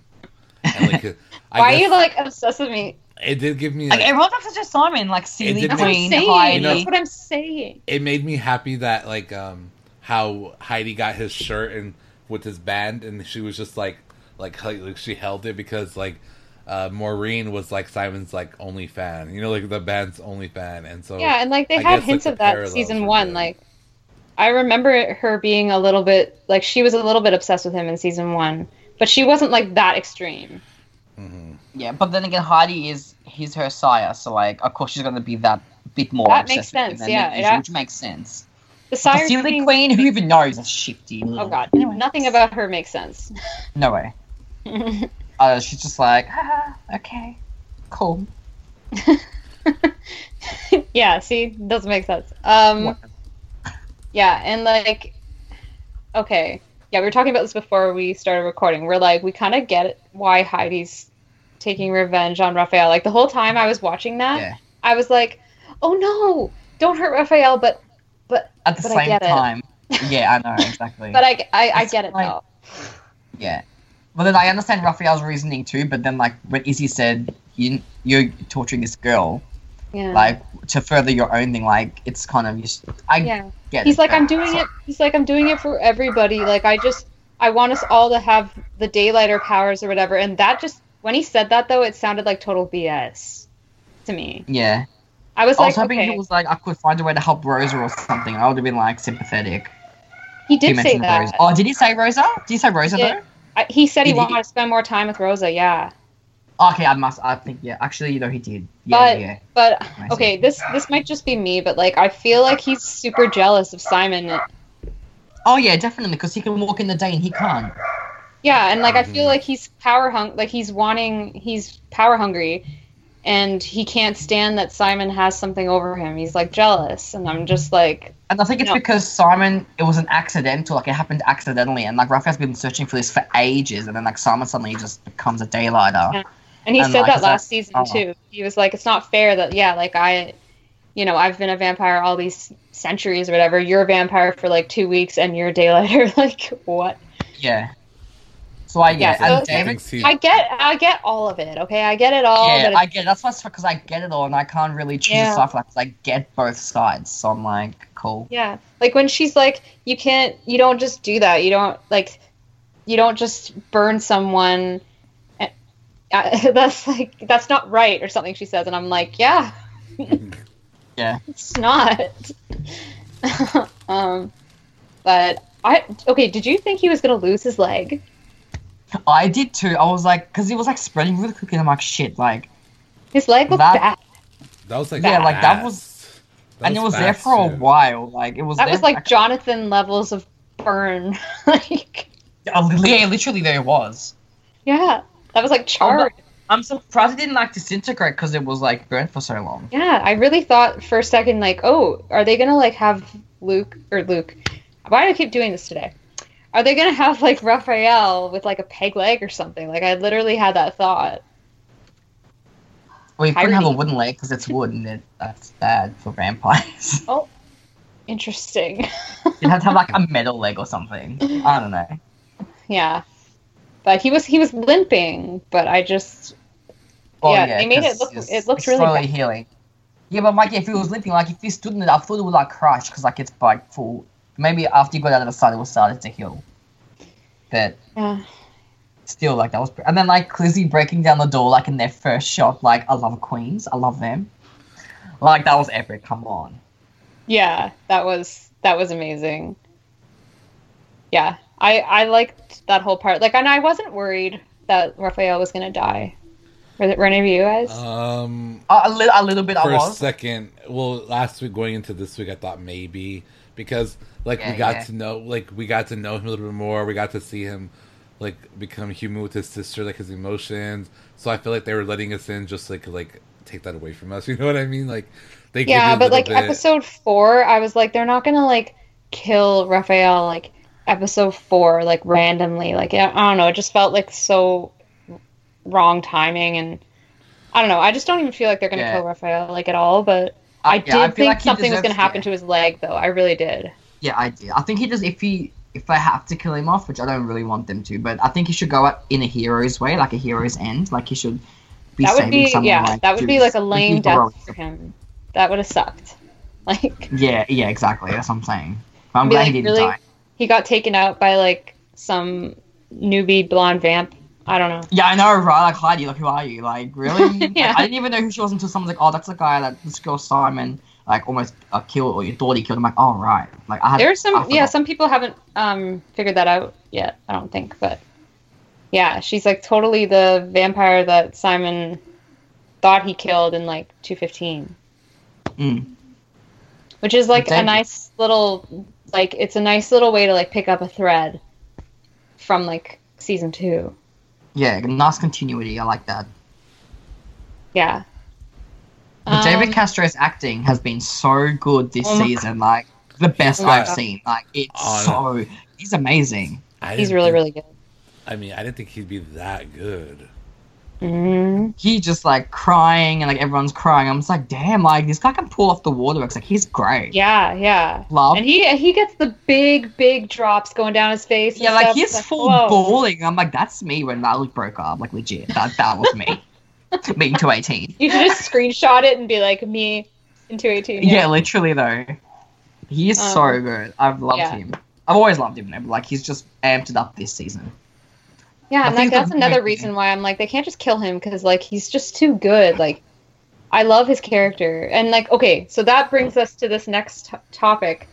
S2: And like, uh, I
S4: Why
S2: guess
S4: are you like obsessed with me?
S2: it did give me.
S3: Like
S2: like,
S3: everyone's obsessed with Simon, like Seeley
S2: did
S4: That's what
S2: make-
S3: Queen,
S4: I'm saying.
S3: Heidi.
S2: You know-
S4: That's what I'm saying.
S2: it made me happy that like um how Heidi got his shirt and with his band and she was just like like, hel- like she held it because like uh Maureen was like Simon's like only fan. You know like the band's only fan and so
S4: yeah, and like they
S2: I
S4: had
S2: guess,
S4: hints
S2: like,
S4: of
S2: the
S4: that
S2: parallels
S4: season
S2: are
S4: one.
S2: good.
S4: Like I remember her being a little bit like she was a little bit obsessed with him in season one, but she wasn't like that extreme.
S2: mhm.
S3: Yeah, but then again, Heidi is he's her sire, so like of course she's gonna be that bit more.
S4: That
S3: obsessed
S4: makes
S3: with him
S4: sense,
S3: than
S4: yeah,
S3: the usual,
S4: yeah.
S3: which makes sense.
S4: The
S3: But
S4: Sire
S3: Seeley
S4: Queen-
S3: Queen, who even knows, is shifty.
S4: Oh god,
S3: Anyway.
S4: nothing about her makes sense.
S3: no way. Uh, she's just like, ah, okay, cool.
S4: yeah, see, doesn't make sense. Um,
S3: What?
S4: yeah, and like, okay, yeah, we were talking about this before we started recording. We're like, we kind of get why Heidi's taking revenge on Raphael. Like the whole time I was watching that,
S3: Yeah.
S4: I was like, oh no, don't hurt Raphael, but
S3: At the
S4: But I
S3: same
S4: get it.
S3: time, yeah, I know exactly.
S4: but I I, I
S3: It's
S4: get it
S3: like-
S4: though.
S3: Yeah. Well, then I understand Raphael's reasoning too, but then, like, when Izzy said, you, you're torturing this girl,
S4: Yeah.
S3: like, to further your own thing, like, it's kind of, you s I I
S4: yeah.
S3: get
S4: He's
S3: it.
S4: like, I'm doing it. He's like, I'm doing it for everybody. Like, I just, I want us all to have the daylight or powers or whatever. And that just, when he said that though, it sounded like total BS to me.
S3: Yeah.
S4: I was
S3: I
S4: like,
S3: was hoping
S4: okay,
S3: he was like, I could find a way to help Rosa or something. I would have been, like, sympathetic.
S4: he
S3: He
S4: did say
S3: mentioned
S4: that.
S3: Rosa. Oh, did he say Rosa? Did he say Rosa,
S4: Yeah.
S3: though?
S4: I, he said he
S3: Did he?
S4: wanted to spend more time with Rosa. Yeah,
S3: Okay, I must, I think, yeah. Actually, you know, he did. Yeah,
S4: But-
S3: yeah.
S4: but
S3: I see.
S4: okay, this this might just be me, but like, I feel like he's super jealous of Simon.
S3: Oh, yeah, definitely, because he can walk in the day and he can't.
S4: Yeah, and like, I feel
S3: Um,
S2: Mhm.
S4: like he's power hung, like he's wanting, he's power hungry. And he can't stand that Simon has something over him. He's like jealous, and I'm just like,
S3: And I think it's
S4: No.
S3: because Simon, it was an accidental, like it happened accidentally, and like Raphael's been searching for this for ages, and then like Simon suddenly just becomes a daylighter.
S4: Yeah. And he
S3: And,
S4: said
S3: like,
S4: that
S3: it's like,
S4: last season
S3: oh.
S4: too. He was like, "It's not fair that yeah, like I, you know, I've been a vampire all these centuries or whatever. You're a vampire for like two weeks, and you're a daylighter. like what?
S3: Yeah. So I yeah,
S4: Yeah, so-
S3: and
S2: He
S3: David.
S2: thinks he-
S4: I get, I get all of it. Okay, I get it all.
S3: Yeah,
S4: but
S3: I get. That's what's because I get it all, and I can't really choose
S4: Yeah.
S3: a side for that 'cause I get both sides. So I'm like, cool.
S4: Yeah. Like when she's like, you can't, you don't just do that. You don't, like, you don't just burn someone. Eh, uh, That's like, that's not right or something she says. And I'm like, yeah.
S3: Yeah.
S4: It's not. um, but I, okay, did you think he was going to lose his leg?
S3: I did too. I was like, because it was like spreading really quickly, and I'm like, shit, like,
S4: His leg looked
S3: That-
S4: bad.
S2: that was like
S3: Yeah, like, that
S2: fast.
S3: was-
S2: That
S3: and it was there
S2: fast,
S3: for a
S2: too.
S3: while. Like it was.
S4: That
S3: there
S4: was
S3: for,
S4: like Jonathan levels of burn. like,
S3: a- yeah, literally there it was.
S4: yeah. That was like
S3: Oh,
S4: charred.
S3: but I'm surprised it didn't like disintegrate because it was like burnt for so long.
S4: Yeah, I really thought for a second, like, oh, are they gonna like have Luke or Luke? Why do I keep doing this today? Are they gonna have like Raphael with like a peg leg or something? Like, I literally had that thought.
S3: Well, you couldn't have a
S4: Irony.
S3: wooden leg because it's wood and it, that's bad for vampires.
S4: Interesting.
S3: You'd have to have like a metal leg or something. I don't know.
S4: yeah, but he was he was limping, but I just
S3: Well,
S4: Yeah, they made it
S3: Oh, 'cause
S4: look-
S3: it's-
S4: it looked
S3: it's
S4: really
S3: slowly
S4: bad.
S3: healing. Yeah, but Mike, if he was limping, like if he stood in it, I thought it would like crash because like it's like full. Maybe after you got out of the side, it was started to heal. But
S4: yeah.
S3: still, like that was. Pre- and then like Clizzy breaking down the door, like in their first shot, like I love Queens, I love them. Like that was epic. Come on.
S4: yeah, that was that was amazing. Yeah, I I liked that whole part. Like, and I wasn't worried that Raphael was gonna die? Were, th- were any of you guys?
S2: Um,
S3: A, a, li- a little bit,
S2: for
S3: I
S2: a
S3: was.
S2: second, well, last week going into this week, I thought maybe because like
S3: Yeah,
S2: we got
S3: yeah.
S2: to know, like we got to know him a little bit more. We got to see him like become human with his sister, like his emotions. So I feel like they were letting us in just like like take that away from us. You know what I mean? Like they give you
S4: yeah,
S2: a
S4: but
S2: little
S4: like
S2: bit-
S4: episode four, I was like, they're not gonna like kill Raphael like episode four like randomly. Like I I don't know, it just felt like so wrong timing, and I don't know. I just don't even feel like they're gonna
S3: Yeah.
S4: kill Raphael like at all. But I
S3: yeah,
S4: did
S3: I feel
S4: think
S3: like he
S4: something
S3: deserves-
S4: was gonna happen
S3: yeah.
S4: to his leg, though. I really did.
S3: Yeah, I did. I think he does. If he, if I have to kill him off, which I don't really want them to, but I think he should go out in a hero's way, like a hero's end. Like he should be
S4: That would
S3: saving
S4: be
S3: someone.
S4: yeah,
S3: like,
S4: that would be
S3: to-
S4: like a
S3: to
S4: lame
S3: be
S4: death
S3: heroic.
S4: for him. That would have sucked. Like
S3: Yeah, yeah, exactly. That's what I'm saying. But I'm
S4: Be
S3: glad
S4: like,
S3: he didn't
S4: really?
S3: die.
S4: he got taken out by like some newbie blonde vamp. I don't know.
S3: Yeah, I know, right? Like, Heidi, like, who are you? Like, really? Like,
S4: Yeah.
S3: I didn't even know who she was until someone's like, oh, that's the guy that this girl Simon like almost uh, killed or you thought he killed. I'm like, oh right. Like, I had
S4: There's some
S3: I
S4: yeah,
S3: forgot.
S4: some people haven't um figured that out yet, I don't think, but yeah, she's like totally the vampire that Simon thought he killed in like 215,
S3: Mm.
S4: which is like a
S3: Exactly.
S4: nice little like it's a nice little way to like pick up a thread from like season 2.
S3: Yeah, nice continuity. I like that.
S4: Yeah.
S3: But David
S4: Um,
S3: Castro's acting has been so good this
S4: Oh my
S3: season. Like, the best
S4: Yeah.
S3: I've seen. Like, it's
S2: Oh,
S3: so he's amazing.
S2: I
S4: he's
S2: didn't
S4: really
S2: think-
S4: really good.
S2: I mean, I didn't think he'd be that good.
S4: Mhm.
S3: He just like crying and like everyone's crying. I'm just like, damn, like this guy can pull off the waterworks. Like, he's great.
S4: Yeah, yeah.
S3: Love.
S4: And he he gets the big big drops going down his face. and
S3: Yeah, like
S4: stuff.
S3: he's
S4: It's
S3: full
S4: whoa.
S3: bawling. I'm like, that's me when I was broke up. Like legit, that that was me. Being 218.
S4: You should just screenshot it and be like me in 218.
S3: Yeah. literally though. He is so
S4: Um,
S3: good. I've loved
S4: yeah.
S3: him. I've always loved him. though, but, Like he's just amped it up this season.
S4: yeah.
S3: I
S4: And like
S3: think the
S4: that's another
S3: point-
S4: reason why I'm like they can't just kill him because like he's just too good. Like I love his character and like okay, so that brings us to this next t- topic,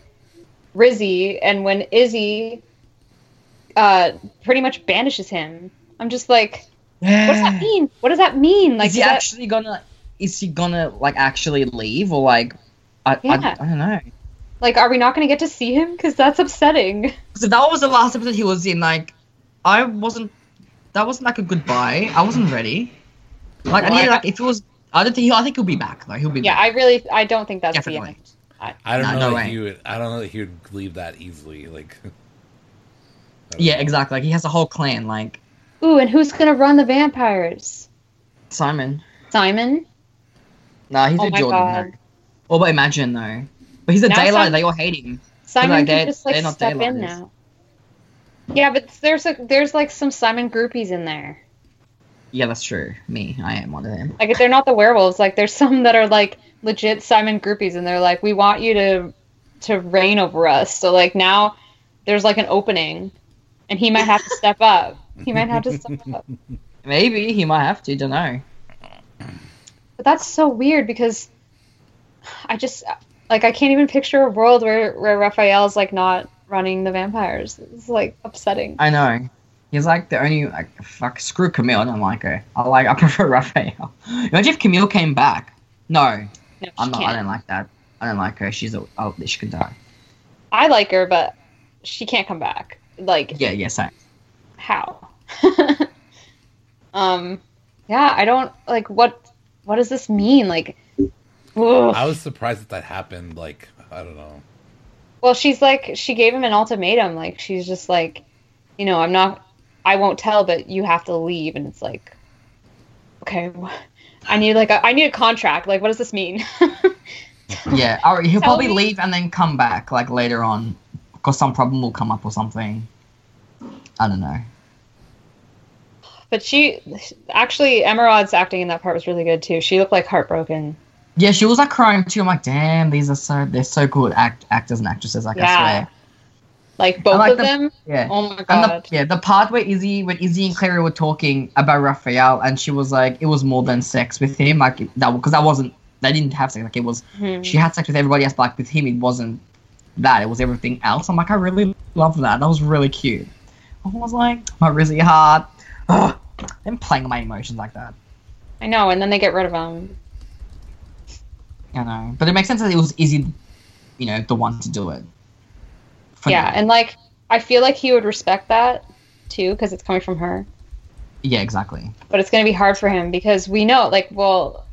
S4: Rizzy, and when Izzy, uh, pretty much banishes him. I'm just like, what does that mean? What does that mean? Like
S3: is he
S4: is that-
S3: actually gonna? Is he gonna like actually leave or like? I,
S4: Yeah.
S3: I, I don't know.
S4: like are we not going to get to see him? Because that's upsetting.
S3: So that was the last episode he was in. Like, I wasn't. That wasn't like a goodbye. I wasn't ready. Like, I
S4: Why?
S3: need like if it was. I don't think he. I think he'll be back. Like he'll be
S4: Yeah,
S3: back.
S4: I really I don't think that's the
S3: Definitely.
S4: end.
S2: I don't
S3: No,
S2: know
S3: no
S2: that
S3: way.
S2: he would. I don't know that he would leave that easily. Like, I don't
S3: Yeah,
S2: know.
S3: exactly. Like he has a whole clan. Like
S4: Ooh, and who's going to run the vampires?
S3: Simon.
S4: Simon.
S3: Nah, he's
S4: Oh
S3: a
S4: my
S3: Jordan.
S4: God.
S3: though. Or but imagine though. But he's a
S4: Now
S3: daylight.
S4: Sim-
S3: They all hate him.
S4: Simon
S3: like,
S4: can
S3: they-
S4: just like
S3: they're not
S4: step in
S3: daylighters.
S4: now. Yeah, but there's a there's like some Simon groupies in there.
S3: Yeah, that's true. Me, I am one of them.
S4: Like they're not the werewolves. Like there's some that are like legit Simon groupies, and they're like, we want you to to reign over us. So like now there's like an opening, and he might have to step up. He might have to step up.
S3: Maybe he might have to. Don't know.
S4: But that's so weird because I just like I can't even picture a world where where Raphael's like not running the vampires. It's like upsetting.
S3: I know. He's like the only like fuck. Screw Camille. I don't like her. I like. I prefer Raphael. Imagine if Camille came back. No,
S4: No, she
S3: I'm not. I
S4: can't.
S3: don't like that. I don't like her. She's a. Oh, she can die.
S4: I like her, but she can't come back. Like
S3: Yeah. Yeah. Same.
S4: how? um, yeah, I don't like what. What does this mean? Like, ugh.
S2: I was surprised that that happened. Like, I don't know.
S4: well, she's like she gave him an ultimatum. Like she's just like, you know, I'm not. I won't tell, but you have to leave. And it's like, okay, wh- I need like a, I need a contract. Like, what does this mean?
S3: Yeah. All right, he'll
S4: Tell
S3: probably
S4: me-
S3: leave and then come back like later on, because some problem will come up or something. I don't know.
S4: but she actually Emerod's acting in that part was really good too. She looked like heartbroken.
S3: Yeah, she was like crying too. I'm like, damn, these are so they're so good act actors and actresses. Like
S4: Yeah.
S3: I swear.
S4: Like both
S3: like
S4: of
S3: the-
S4: them.
S3: Yeah.
S4: Oh my
S3: And
S4: god.
S3: the, yeah, the part where Izzy, when Izzy and Clary were talking about Raphael, and she was like, it was more than sex with him, like that because that wasn't they didn't have sex. Like it was,
S4: Mhm.
S3: she had sex with everybody else, but like with him, it wasn't that. It was everything else. I'm like, I really love that. That was really cute. I was like, my Rizzy heart. Ugh, Them playing with my emotions like that.
S4: I know, and then they get rid of him.
S3: You know, but it makes sense that it was Izzy, you know, the one to do it. For
S4: yeah,
S3: now.
S4: and like I feel like he would respect that too because it's coming from her.
S3: yeah, exactly.
S4: but it's going to be hard for him because we know like well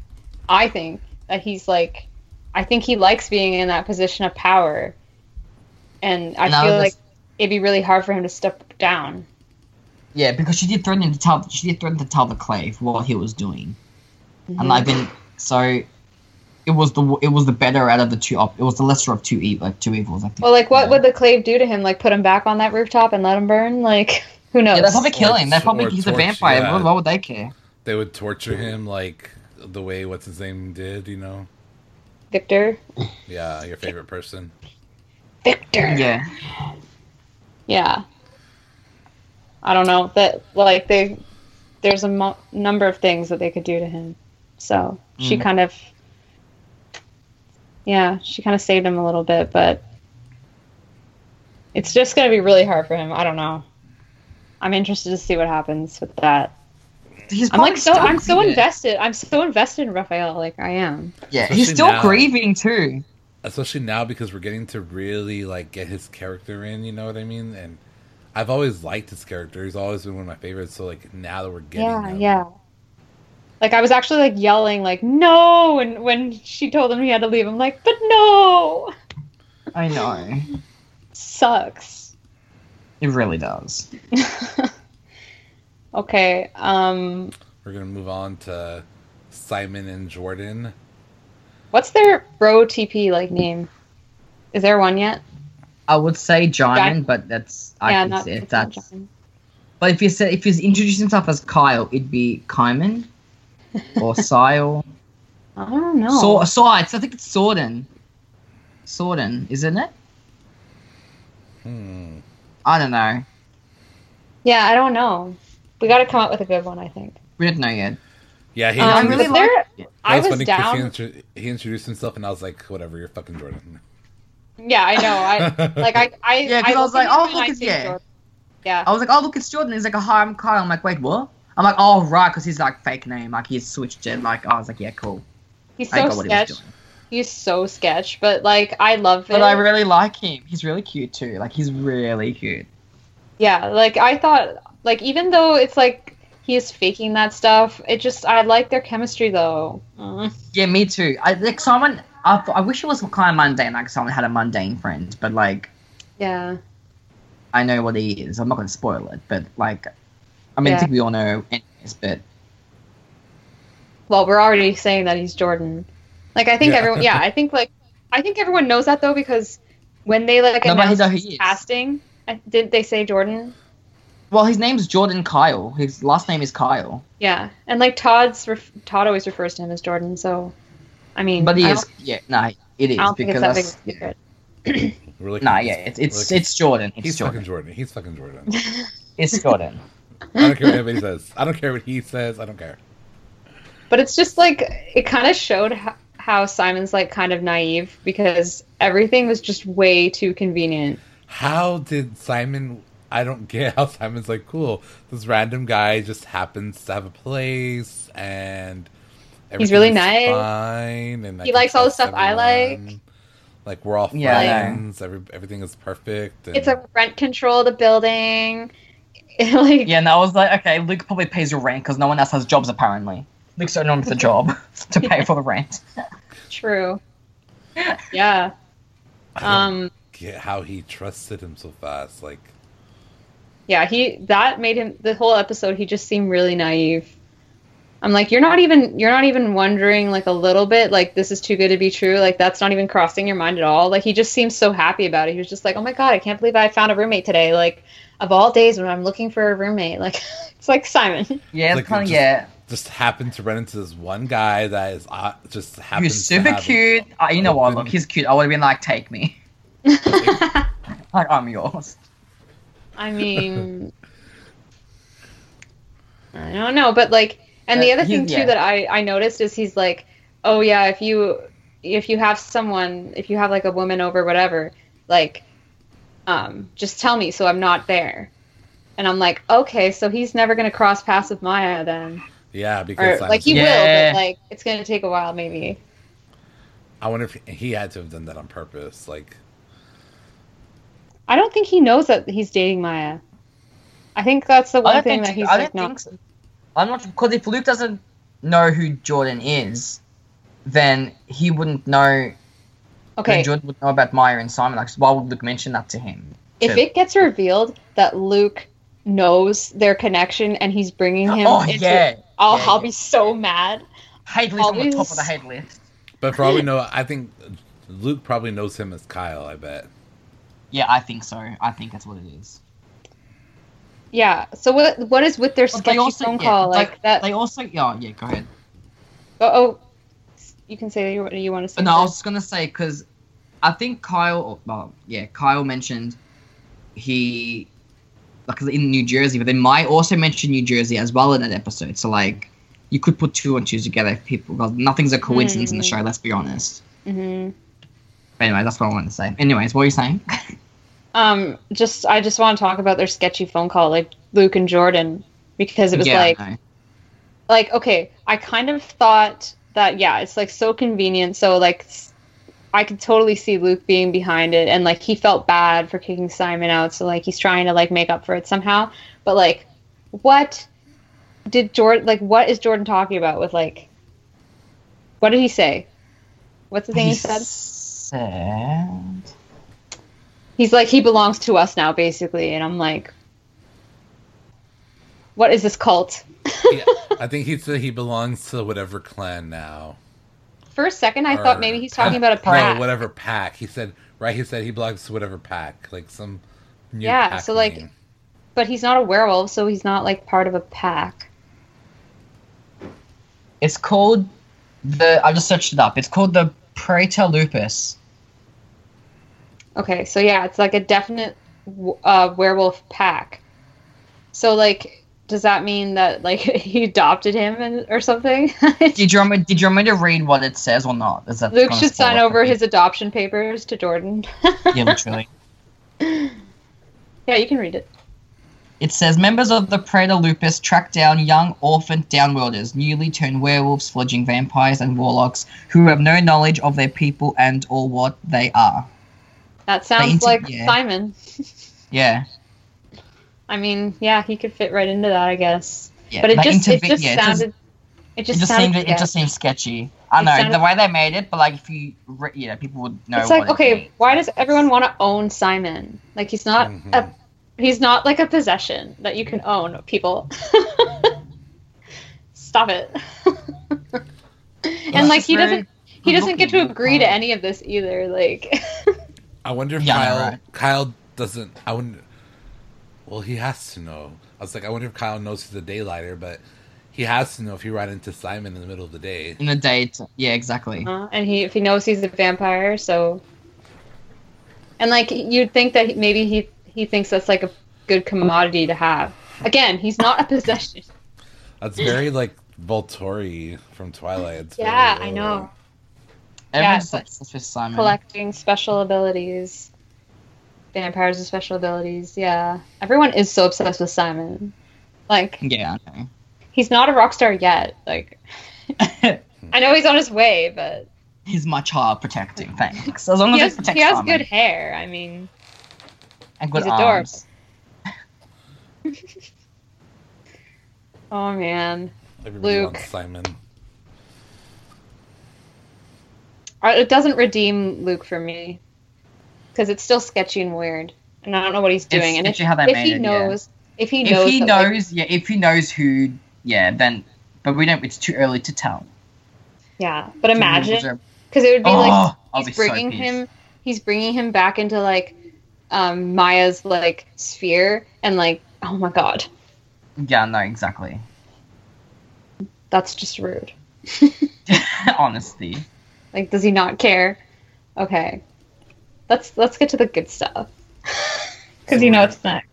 S4: i think that he's like i think he likes being in that position of power and i
S3: And I
S4: feel
S3: was
S4: like
S3: just-
S4: it'd be really hard for him to step down
S3: Yeah, because she did threaten him to tell. She did threaten to tell the Clave what he was doing, and I've been so. It was the it was the better out of the two. Op- it was the lesser of two evil, like two evils. I think.
S4: well like what would the clave do to him like put him back on that rooftop and let him burn like who knows
S3: Yeah, they'd probably kill
S2: Or
S3: him. They probably
S2: tor-
S3: he's a
S2: torch,
S3: vampire.
S2: yeah.
S3: What, what would they care?
S2: They would torture him like the way what's his name did, you know?
S4: victor
S2: Yeah, your favorite person.
S4: victor
S3: Yeah.
S4: yeah i don't know that like they there's a mo- number of things that they could do to him so she
S3: Mhm.
S4: kind of yeah she kind of saved him a little bit but it's just going to be really hard for him i don't know i'm interested to see what happens with that
S3: He's
S4: i'm
S3: probably
S4: like so
S3: still
S4: i'm so
S3: grieving.
S4: invested i'm so invested in raphael like i am
S3: Yeah,
S2: Especially
S3: he's still
S2: now.
S3: grieving too.
S2: Especially now because we're getting to really like get his character in, you know what I mean? And I've always liked his character. He's always been one of my favorites. So like now that we're getting
S4: yeah
S2: him,
S4: yeah like i was actually like yelling like no and when she told him he had to leave i'm like but no
S3: I know.
S4: sucks.
S3: It really does.
S4: okay, um
S2: we're gonna move on to Simon and Jordan.
S4: what's their bro TP like name? Is there one yet?
S3: I would say Jaimin,
S4: Jai-
S3: but that's I can say
S4: it's not
S3: that's.
S4: John.
S3: But if you said if he's introduced himself as Kyle, it'd be Kaiman or Sile.
S4: I don't know.
S3: So uh, Sides, I think it's Sorden. Sorden, isn't it?
S2: Hmm.
S3: I don't know.
S4: yeah, I don't know. We got to come up with a good one, I think.
S3: We don't know yet.
S2: Yeah, he
S4: Um,
S3: I
S2: introduced-
S3: really
S4: but there-
S3: like-
S4: I
S2: That
S4: was
S2: funny 'cause
S4: down.
S2: He, intro- he introduced himself, and I was like, "Whatever, you're fucking Jordan."
S4: yeah, I know. I like I I
S3: Yeah, 'cause I was
S4: look
S3: like,
S4: at him
S3: oh,
S4: and
S3: look,
S4: I
S3: it's-
S4: think
S3: yeah.
S4: Jordan. Yeah.
S3: I was like, oh look, it's Jordan. He's like, hi, I'm Kyle. I'm like, wait, what? I'm like, oh right, because he's like fake name, like he's switched it. Like I was like, yeah, cool.
S4: He's
S3: I
S4: so
S3: got what he was
S4: sketch.
S3: doing.
S4: He's so sketch, but like I love it.
S3: But I really like him. He's really cute too. Like he's really cute.
S4: Yeah, like I thought, like even though it's like he is faking that stuff, it just I like their chemistry though. Mm.
S3: Yeah, me too. I like someone. I, I wish it was kind of mundane. Like someone had a mundane friend, but like
S4: Yeah,
S3: I know what he is. I'm not going to spoil it, but like, I mean,
S4: Yeah.
S3: I think we all know, anyways. But
S4: well, we're already saying that he's Jordan. Like I think
S2: Yeah.
S4: everyone, yeah, I think like I think everyone knows that though because when they like
S3: No, but he's
S4: announced
S3: not who
S4: his
S3: he is.
S4: casting, I- did they say Jordan?
S3: well, his name's Jordan Kyle. His last name is Kyle,
S4: Yeah, and like Todd's ref- Todd always refers to him as Jordan, so I mean,
S3: but he
S4: I
S3: is.
S4: don't-
S3: Yeah, no, it is
S4: I don't think it's
S3: because
S4: that big of
S3: that's,
S4: a
S3: yeah.
S4: secret.
S2: We're looking-
S3: Nah, yeah, it's
S2: we're
S3: it's
S2: looking-
S3: it's Jordan. It's
S2: he's
S3: Jordan.
S2: fucking Jordan. He's fucking Jordan.
S3: It's Jordan.
S2: I don't care what anybody says. I don't care what he says. I don't care.
S4: But it's just like it kind of showed how, how Simon's like kind of naive because everything was just way too convenient.
S2: How did Simon? I don't get how Simon's like, cool. This random guy just happens to have a place, and
S4: He's really
S2: everything is
S4: nice.
S2: Fine, and I
S4: He
S2: can
S4: likes all the
S2: trust
S4: stuff I like.
S2: everyone. Like we're all
S3: Yeah, I know.
S2: friends. Every, everything is perfect. And
S4: It's a rent control the building. like
S3: yeah, and I was like, okay, Luke probably pays your rent because no one else has jobs apparently. Luke's the only one with a job to pay for the rent.
S4: true. Yeah.
S2: I don't
S4: Um
S2: get how he trusted him so fast. Like
S4: yeah, he that made him the whole episode he just seemed really naive. I'm like you're not even you're not even wondering like a little bit like this is too good to be true like that's not even crossing your mind at all like he just seems so happy about it he was just like oh my god I can't believe I found a roommate today like of all days when I'm looking for a roommate like it's like Simon
S3: Yeah,
S2: Like,
S3: it's kind of
S2: just-
S3: yeah.
S2: just happened to run into this one guy that is uh, just happens.
S3: He's
S2: to
S3: super
S2: have a-
S3: cute. Uh, you know what?
S2: open-
S3: Look, he's cute. I would have been like, take me. like I'm yours.
S4: I mean, I don't know, but like, and the
S3: But
S4: other
S3: he-
S4: thing too
S3: yeah.
S4: that I I noticed is he's like, oh yeah, if you if you have someone, if you have like a woman over, whatever, like, um, just tell me so I'm not there. and I'm like, okay, so he's never gonna cross paths with Maya then,
S2: Yeah, because
S4: or like he
S3: Yeah.
S4: will, but like it's gonna take a while maybe.
S2: I wonder if he- he had to have done that on purpose. Like,
S4: I don't think he knows that he's dating Maya. I think that's the
S3: I
S4: one
S3: don't
S4: thing
S3: think.
S4: that he's
S3: I
S4: like
S3: don't think
S4: not.
S3: so. I'm not because if Luke doesn't know who Jordan is, then he wouldn't know.
S4: Okay,
S3: Then Jordan would know about Maya and Simon. Like, why would Luke mention that to him?
S4: if it gets revealed that Luke knows their connection and he's bringing him
S3: oh
S4: into,
S3: yeah,
S4: I'll,
S3: yeah,
S4: I'll
S3: yeah.
S4: be so mad.
S3: hate list on the top of
S4: always-
S3: the hate list.
S2: but for all we know, I think Luke probably knows him as Kyle. I bet.
S3: Yeah, I think so. I think that's what it is.
S4: Yeah. So what what is with their
S3: But
S4: sketchy phone
S3: yeah,
S4: call
S3: they-
S4: like that?
S3: They also, yeah, yeah. Go ahead.
S4: oh, oh, you can say what you want to say.
S3: But no, I was
S4: first.
S3: just gonna say because I think Kyle, well, yeah, Kyle mentioned he like in New Jersey, but then Mai also mentioned New Jersey as well in that episode. So like, you could put two and two together if people. Because nothing's a coincidence in the
S4: Mm.
S3: show. Let's be honest.
S4: Mhm.
S3: But anyway, that's what I wanted to say. Anyways, what were you saying?
S4: Um, just I just want to talk about their sketchy phone call, like Luke and Jordan, because it was
S3: yeah,
S4: like
S3: I know.
S4: like okay, I kind of thought that yeah, it's like so convenient, so like s- I could totally see Luke being behind it, and like he felt bad for kicking Simon out, so like he's trying to like make up for it somehow, but like what did Jordan like what is Jordan talking about with like what did he say? What's the thing he said?
S3: said.
S4: he's like he belongs to us now basically and i'm like what is this cult
S2: Yeah, I think he said he belongs to whatever clan now.
S4: for a second i
S2: or-
S4: thought maybe he's talking about a
S2: No,
S4: pack
S2: whatever pack. He said right. He said he belongs to whatever pack, like some. New
S4: Yeah,
S2: pack
S4: so, like,
S2: name.
S4: but he's not a werewolf so he's not like part of a pack
S3: It's called the. I just searched it up. It's called the Praetor Lupus.
S4: okay so yeah it's like a definite w- uh, werewolf pack so like does that mean that like he adopted him and, or something
S3: Did you want me, did you want me to read what it says or not? Is that
S4: luke
S3: gonna
S4: should
S3: spoil
S4: sign
S3: it for
S4: over
S3: me?
S4: his adoption papers to jordan
S3: yeah, literally.
S4: yeah you can read it
S3: It says members of the Predator Lupus track down young orphaned downworlders, newly turned werewolves, fledgling vampires, and warlocks who have no knowledge of their people and or what they are.
S4: that sounds
S3: inter-
S4: like
S3: yeah.
S4: simon
S3: Yeah,
S4: I mean, yeah, he could fit right into that, I guess.
S3: yeah.
S4: but it
S3: they
S4: just it
S3: interve-
S4: just
S3: yeah,
S4: sounded it
S3: It just, it
S4: just,
S3: just
S4: sounded
S3: seemed it just
S4: sketchy.
S3: seems sketchy. I
S4: It
S3: know
S4: sounded-
S3: the way they made it, but like if you re- you know people would know.
S4: it's like
S3: what it
S4: okay,
S3: means.
S4: why does everyone want to own Simon? Like he's not
S2: Mhm.
S3: Mm-hmm.
S4: a he's not like a possession that you can own. People, stop it. and like
S3: just
S4: he
S3: very
S4: doesn't he doesn't get to
S3: good-looking.
S4: agree to any of this either. Like
S2: I wonder if
S3: Yeah,
S2: Kyle
S3: right.
S2: Kyle doesn't. I wouldn't. Well, he has to know. I was like, I wonder if Kyle knows he's a daylighter, but he has to know if he ran into Simon in the middle of the day.
S3: in the date? Yeah, exactly.
S4: Uh, and he if he knows he's a vampire, so and like you'd think that he- maybe he he thinks that's like a good commodity to have. Again, he's not a possession.
S2: That's very like Volturi from Twilight. It's
S4: Yeah,
S2: very, uh,
S4: I know.
S3: Everyone's
S4: it's like-
S3: obsessed with Simon.
S4: Collecting special abilities. Vampires with special abilities, yeah. Everyone is so obsessed with Simon. Like
S3: yeah, I know.
S4: he's not a rock star yet. Like I know he's on his way, but
S3: He's my child protecting. Thanks. As long as
S4: he
S3: he,
S4: has,
S3: protects
S4: he has
S3: Simon
S4: good hair. I mean,
S3: and good
S4: he's adorable.
S3: arms.
S4: oh man.
S2: Everybody
S4: Luke.
S2: wants Simon.
S4: Uh, It doesn't redeem Luke for me because it's still sketchy and weird, and I don't know what he's
S3: It's
S4: doing. and if,
S3: sketchy how they
S4: if
S3: made
S4: he
S3: it, yeah.
S4: knows, if he knows,
S3: if he
S4: that, like-
S3: knows, yeah, if he knows who, yeah, then. But we don't. It's too early to tell.
S4: yeah. But imagine
S3: Oh,
S4: because it would be like
S3: I'll be
S4: he's
S3: so
S4: bringing
S3: pissed.
S4: him, he's bringing him back into like um, Maya's like sphere, and like, oh my god,
S3: Yeah, no, exactly.
S4: that's just rude.
S3: Honesty.
S4: Like, does he not care? Okay, let's let's get to the good stuff because you know it's next.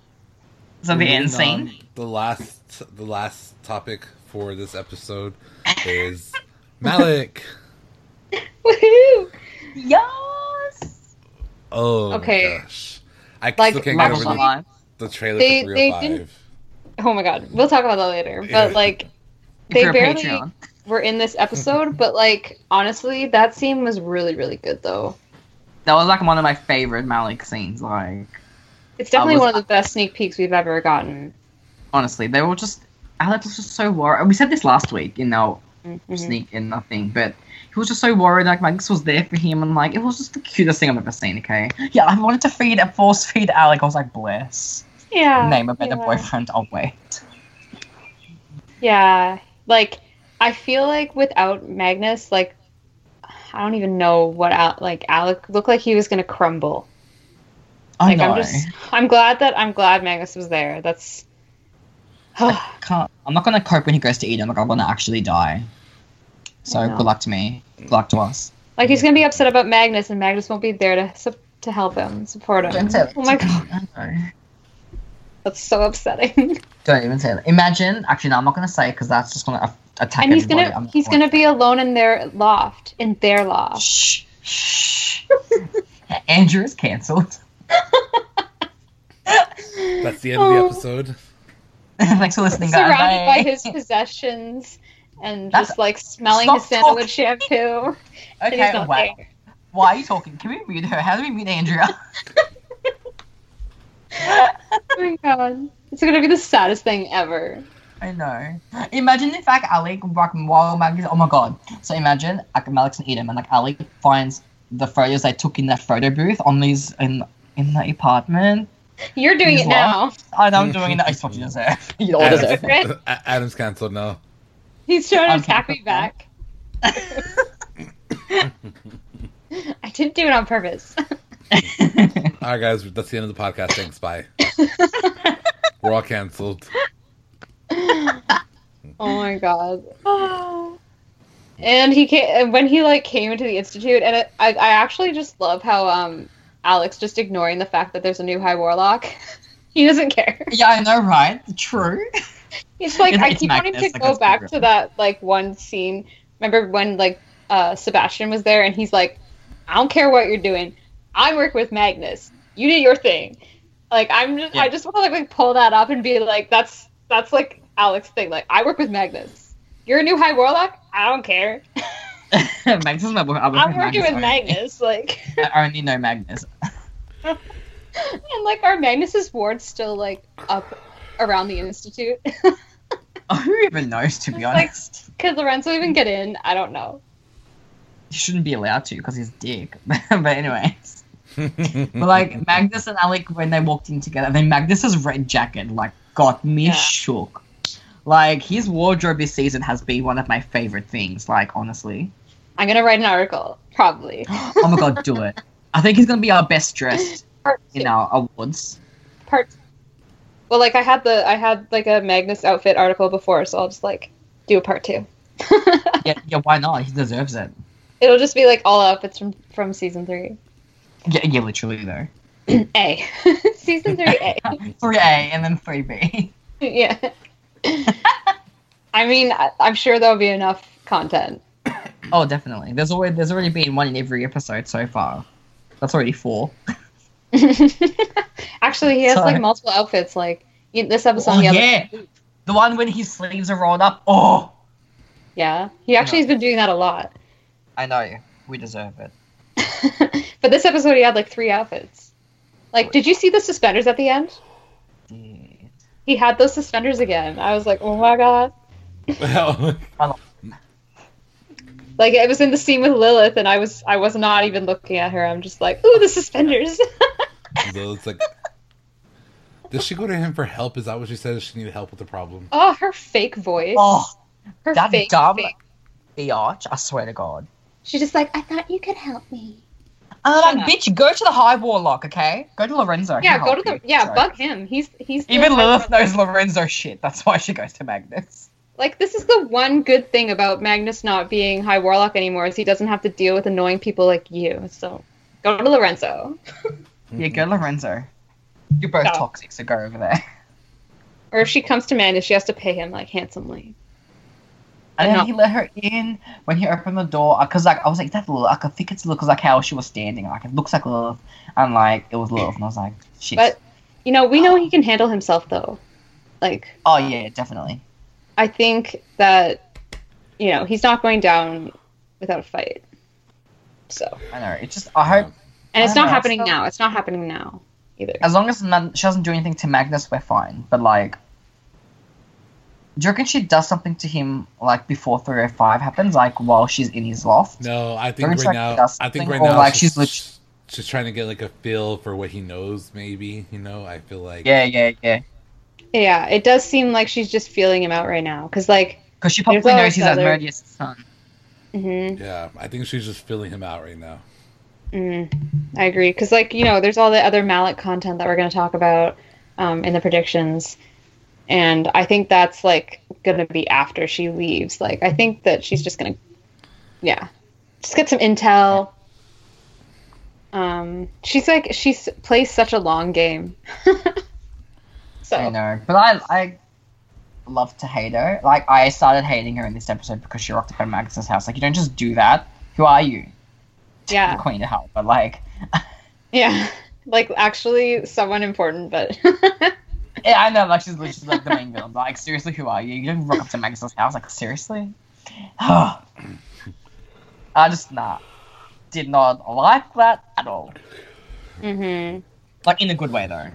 S3: So the end
S2: Moving on,
S3: scene.
S2: The last, the last topic for this episode is Malik.
S4: Woohoo!
S3: Yes.
S2: Oh
S4: Okay.
S2: my gosh! I
S4: Like,
S2: still can't
S3: I
S2: get
S4: Love
S3: was
S2: over the,
S3: alive.
S2: the trailer
S4: They-
S2: for
S4: they
S2: 305.
S4: didn't- Oh my god, we'll talk about that later.
S2: Yeah.
S4: But like,
S3: If
S4: they
S3: you're a
S4: barely
S3: Patreon.
S4: were in this episode. But like, honestly, that scene was really, really good though.
S3: That was like one of my favorite Malik scenes. Like
S4: It's definitely
S3: was-
S4: one of the best sneak peeks we've ever gotten.
S3: honestly, they were just Alex was just so worried. We said this last week in our
S4: Mhm.
S3: sneak and nothing, but he was just so worried. Like Mike's was there for him, and like it was just the cutest thing I've ever seen. Okay, yeah, I wanted to feed a force feed Alec. I was like, bless.
S4: Yeah.
S3: Name a better
S4: Ah, yeah.
S3: boyfriend. I'll wait.
S4: Yeah. Like I feel like without Magnus, like I don't even know what Al- like Alec looked like he was gonna crumble.
S3: I
S4: Like
S3: know.
S4: I'm just I'm glad that I'm glad Magnus was there. That's
S3: I can't. I'm not gonna cope when he goes to Eden. Like I'm gonna actually die. So
S4: I know.
S3: good luck to me. Good luck to us.
S4: like he's gonna be upset about Magnus and Magnus won't be there to sup- to help him, support him. Oh my god, that's so upsetting.
S3: Don't even say that. Imagine. Actually, no, I'm not gonna say because that's just gonna a- attack.
S4: and he's
S3: everybody.
S4: gonna
S3: I'm not
S4: he's gonna be alone in their loft, in their loft.
S3: Shh. Shh. Andrew is cancelled.
S2: That's the end of the
S4: Oh.
S2: episode.
S3: Thanks for listening, guys.
S4: surrounded by
S3: Bye.
S4: his possessions and
S3: That's-
S4: just like smelling
S3: Stop
S4: his sandalwood shampoo. and he's
S3: Okay,
S4: not
S3: wait.
S4: there.
S3: Why are you talking? Can we mute her? How do we mute Andrea?
S4: Oh my god. It's gonna be the saddest thing ever.
S3: I know. Imagine in fact Alec like while Malik is oh my god. So imagine like Malik's in Edom and like Alec finds the photos they took in that photo booth on these in in the apartment.
S4: You're doing
S3: He's
S4: it now.
S3: I know I'm doing it. It's what you deserve. You all
S2: Adam's,
S3: deserve it.
S4: Oh, it.
S2: A- Adam's canceled now.
S4: He's showing his
S3: Okay,
S4: happy
S3: okay.
S4: back. I didn't do it on purpose.
S2: All right, guys, that's the end of the podcast. Thanks, bye. We're all canceled.
S4: Oh my god. And he came and when he like came into the institute, and it, I I actually just love how um Alex just ignoring the fact that there's a new High Warlock. he doesn't care.
S3: yeah, I know, right? True.
S4: It's like
S3: It's-
S4: I
S3: it's
S4: keep wanting
S3: Magnus,
S4: to
S3: like,
S4: go
S3: that's
S4: back
S3: different.
S4: to that like one scene. Remember when like uh, Sebastian was there and he's like, "I don't care what you're doing. I work with Magnus. You do your thing." Like I'm just, I
S3: Yeah.
S4: just want to like, like pull that up and be like, "That's that's like Alex's thing. Like I work with Magnus. You're a new High Warlock. I don't care.
S3: Magnus is my boy. I'm
S4: I'm working with
S3: only.
S4: Magnus. Like
S3: I only know Magnus.
S4: and like our Magnus's ward's still like up around the institute.
S3: Who even knows, to be
S4: It's like-
S3: honest?
S4: Could Lorenzo even get in? I don't know.
S3: He shouldn't be allowed to because he's a dick. but anyways. But like Magnus and Alec when they walked in together, I mean Magnus's red jacket like got me
S4: Yeah.
S3: shook. Like his wardrobe this season has been one of my favorite things. Like honestly,
S4: I'm gonna write an article probably.
S3: oh my god, do it! I think he's gonna be our best dressed
S4: Part
S3: in
S4: two.
S3: our awards.
S4: part well like i had the i had like a magnus outfit article before so i'll just like do a part two
S3: Yeah, yeah, why not? He deserves it.
S4: it'll just be like all outfits from from season three
S3: Yeah, yeah, literally though.
S4: a season three a
S3: Three A and then three B.
S4: yeah i mean I, i'm sure there'll be enough content
S3: Oh, definitely. There's always there's already been one in every episode so far. That's already four.
S4: actually he has
S3: Sorry.
S4: like multiple outfits like in this episode
S3: Oh,
S4: and the other
S3: yeah, the one when his sleeves are rolled up. Oh,
S4: yeah he actually has been doing that a lot
S3: I know. We deserve it.
S4: but this episode he had like three outfits like did you see the suspenders at the end
S3: Yeah.
S4: he had those suspenders again i was like oh my god
S2: Well,
S4: Like it was in the scene with Lilith, and I was I was not even looking at her. I'm just like, ooh, the suspenders.
S2: so it's like, did she go to him for help? Is that what she said? She needed help with the problem.
S4: oh, her fake voice.
S3: Oh,
S4: her
S3: that
S4: fake,
S3: dumb-
S4: fake-
S3: the arch! I swear to God.
S4: She's just like, I thought you could help me.
S3: Um,
S4: up.
S3: bitch, go to the high warlock, okay? Go to Lorenzo. he'll
S4: Yeah, go
S3: help
S4: to the
S3: you.
S4: yeah,
S3: Sorry.
S4: bug him. He's he's the
S3: Even
S4: high
S3: Lilith
S4: warlock.
S3: knows Lorenzo shit. That's why she goes to Magnus.
S4: Like this is the one good thing about Magnus not being high warlock anymore is he doesn't have to deal with annoying people like you. So go to Lorenzo
S3: Yeah, go Lorenzo. You're both
S4: No.
S3: toxic, so go over there.
S4: or if she comes to Magnus, she has to pay him like handsomely.
S3: And
S4: I
S3: then
S4: know.
S3: he let her in when he opened the door. Because like I was like, that's Lilith. I could think it's Lilith. Cause like how she was standing, like it looks like Lilith, and like it was Lilith, and I was like, shit.
S4: But You know, we know he can handle himself though. Like
S3: Oh yeah, definitely.
S4: I think that you know he's not going down without a fight. So
S3: I know. It's just I hope
S4: and it's
S3: I don't
S4: not
S3: know,
S4: happening
S3: so-
S4: now. It's not happening now either.
S3: as long as none, she doesn't do anything to Magnus, we're fine. But like, do you reckon she does something to him like before 305 happens, like while she's in his loft?
S2: No, I
S3: Don't
S2: think right
S3: try to
S2: now.
S3: discuss
S2: I think right
S3: something, or,
S2: now.
S3: like,
S2: she's
S3: she's lit-
S2: she's, trying to get like a feel for what he knows. Maybe you know. I feel like
S3: Yeah, yeah, yeah.
S4: Yeah, it does seem like she's just feeling him out right now because like
S3: Because she
S4: There's
S3: probably knows
S4: always
S3: he's
S4: other-
S3: Asmodeus' son. Mm-hmm.
S4: mhm,
S2: Yeah, I think she's just filling him out right now.
S4: mm, I agree because like you know there's all the other Malik content that we're going to talk about um, in the predictions, and I think that's like going to be after she leaves. Like I think that she's just going to yeah just get some intel. Um, she's like she's plays such a long game. so
S3: I know, but I I love to hate her. Like I started hating her in this episode because she rocked up at Magnus's house. Like you don't just do that. Who are you?
S4: yeah.
S3: The queen of hell. But like,
S4: Yeah. Like actually someone important, but
S3: yeah, I know. Like she's literally like the main villain. Like seriously, who are you? You don't rock up to Magnus's house. Like seriously. I just nah, did not like that at all.
S4: hmm
S3: Like in a good way though.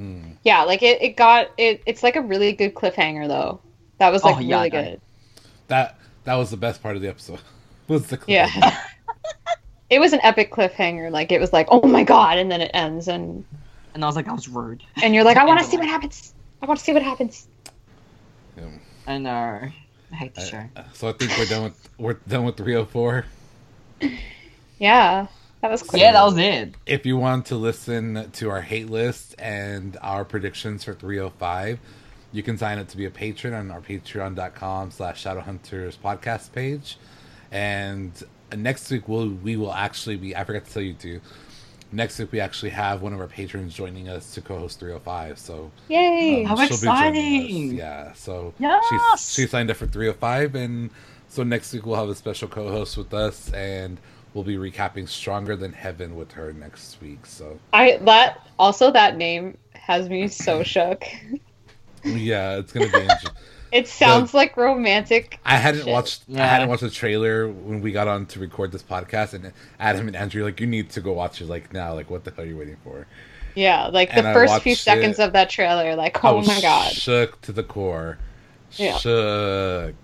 S2: Mm.
S4: yeah, like it, it got it it's like a really good cliffhanger though. That was like
S3: Oh, yeah,
S4: really
S3: I know.
S4: good.
S2: That that was the best part of the episode. was the clip.
S4: Yeah. it was an epic cliffhanger. Like it was like, Oh my god, and then it ends and
S3: And I was like, I was rude.
S4: and you're like, I wanna
S3: Ends
S4: see
S3: on
S4: what happens. I wanna see what happens.
S2: Um,
S3: I know. I hate the
S2: I-
S3: show.
S2: so I think we're done with we're done with 304.
S4: Yeah. That was quick.
S3: Yeah, that was it.
S2: If you want to listen to our hate list and our predictions for 305, you can sign up to be a patron on our patreon.com slash shadowhunters podcast page. And next week we'll we will actually be I forgot to tell you too. Next week we actually have one of our patrons joining us to co-host 305. So
S4: Yay.
S2: um,
S3: How
S2: she'll be joining us.
S3: exciting.
S2: Yeah. So
S3: Yes.
S2: she she signed up for 305 and so next week we'll have a special co-host with us and we'll be recapping Stronger Than Heaven with her next week. So
S4: I that also that name has me so shook.
S2: yeah, it's going to be interesting.
S4: It sounds like romantic
S2: I hadn't
S4: Shit.
S2: watched I
S3: Yeah.
S2: hadn't watched the trailer when we got on to record this podcast and Adam and Andrew were like you need to go watch it like now like what the hell are you waiting for?
S4: Yeah, like the
S2: And I
S4: first few
S2: watched
S4: seconds
S2: it.
S4: of that trailer, like,
S2: I
S4: oh
S2: was
S4: my god.
S2: Shook to the core.
S4: Yeah.
S2: Shook.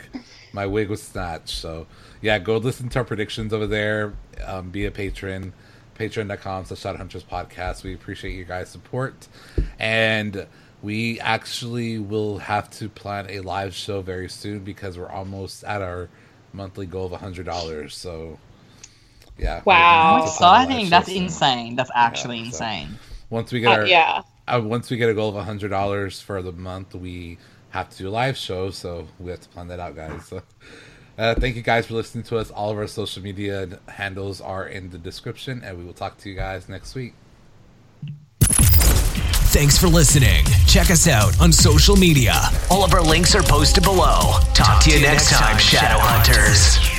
S2: My wig was snatched. So yeah, go listen to our predictions over there. Um, be a patron. Patreon.com slash Shadow Hunters Podcast. We appreciate your guys' support. And we actually will have to plan a live show very soon because we're almost at our monthly goal of hundred dollars. So yeah. we're gonna
S4: Wow.
S2: have
S3: How
S2: to plan a live
S3: exciting!
S2: show
S3: That's
S2: soon.
S3: insane. That's actually
S2: so-
S3: insane.
S2: Once we get
S4: Uh,
S2: our
S4: yeah.
S2: uh, once we get a goal of hundred dollars for the month, we have to do a live show, so we have to plan that out, guys. So, uh, thank you guys for listening to us. All of our social media handles are in the description, and we will talk to you guys next week.
S1: Thanks for listening. Check us out on social media. All of our links are posted below. Talk, to you next time, Shadow Hunters.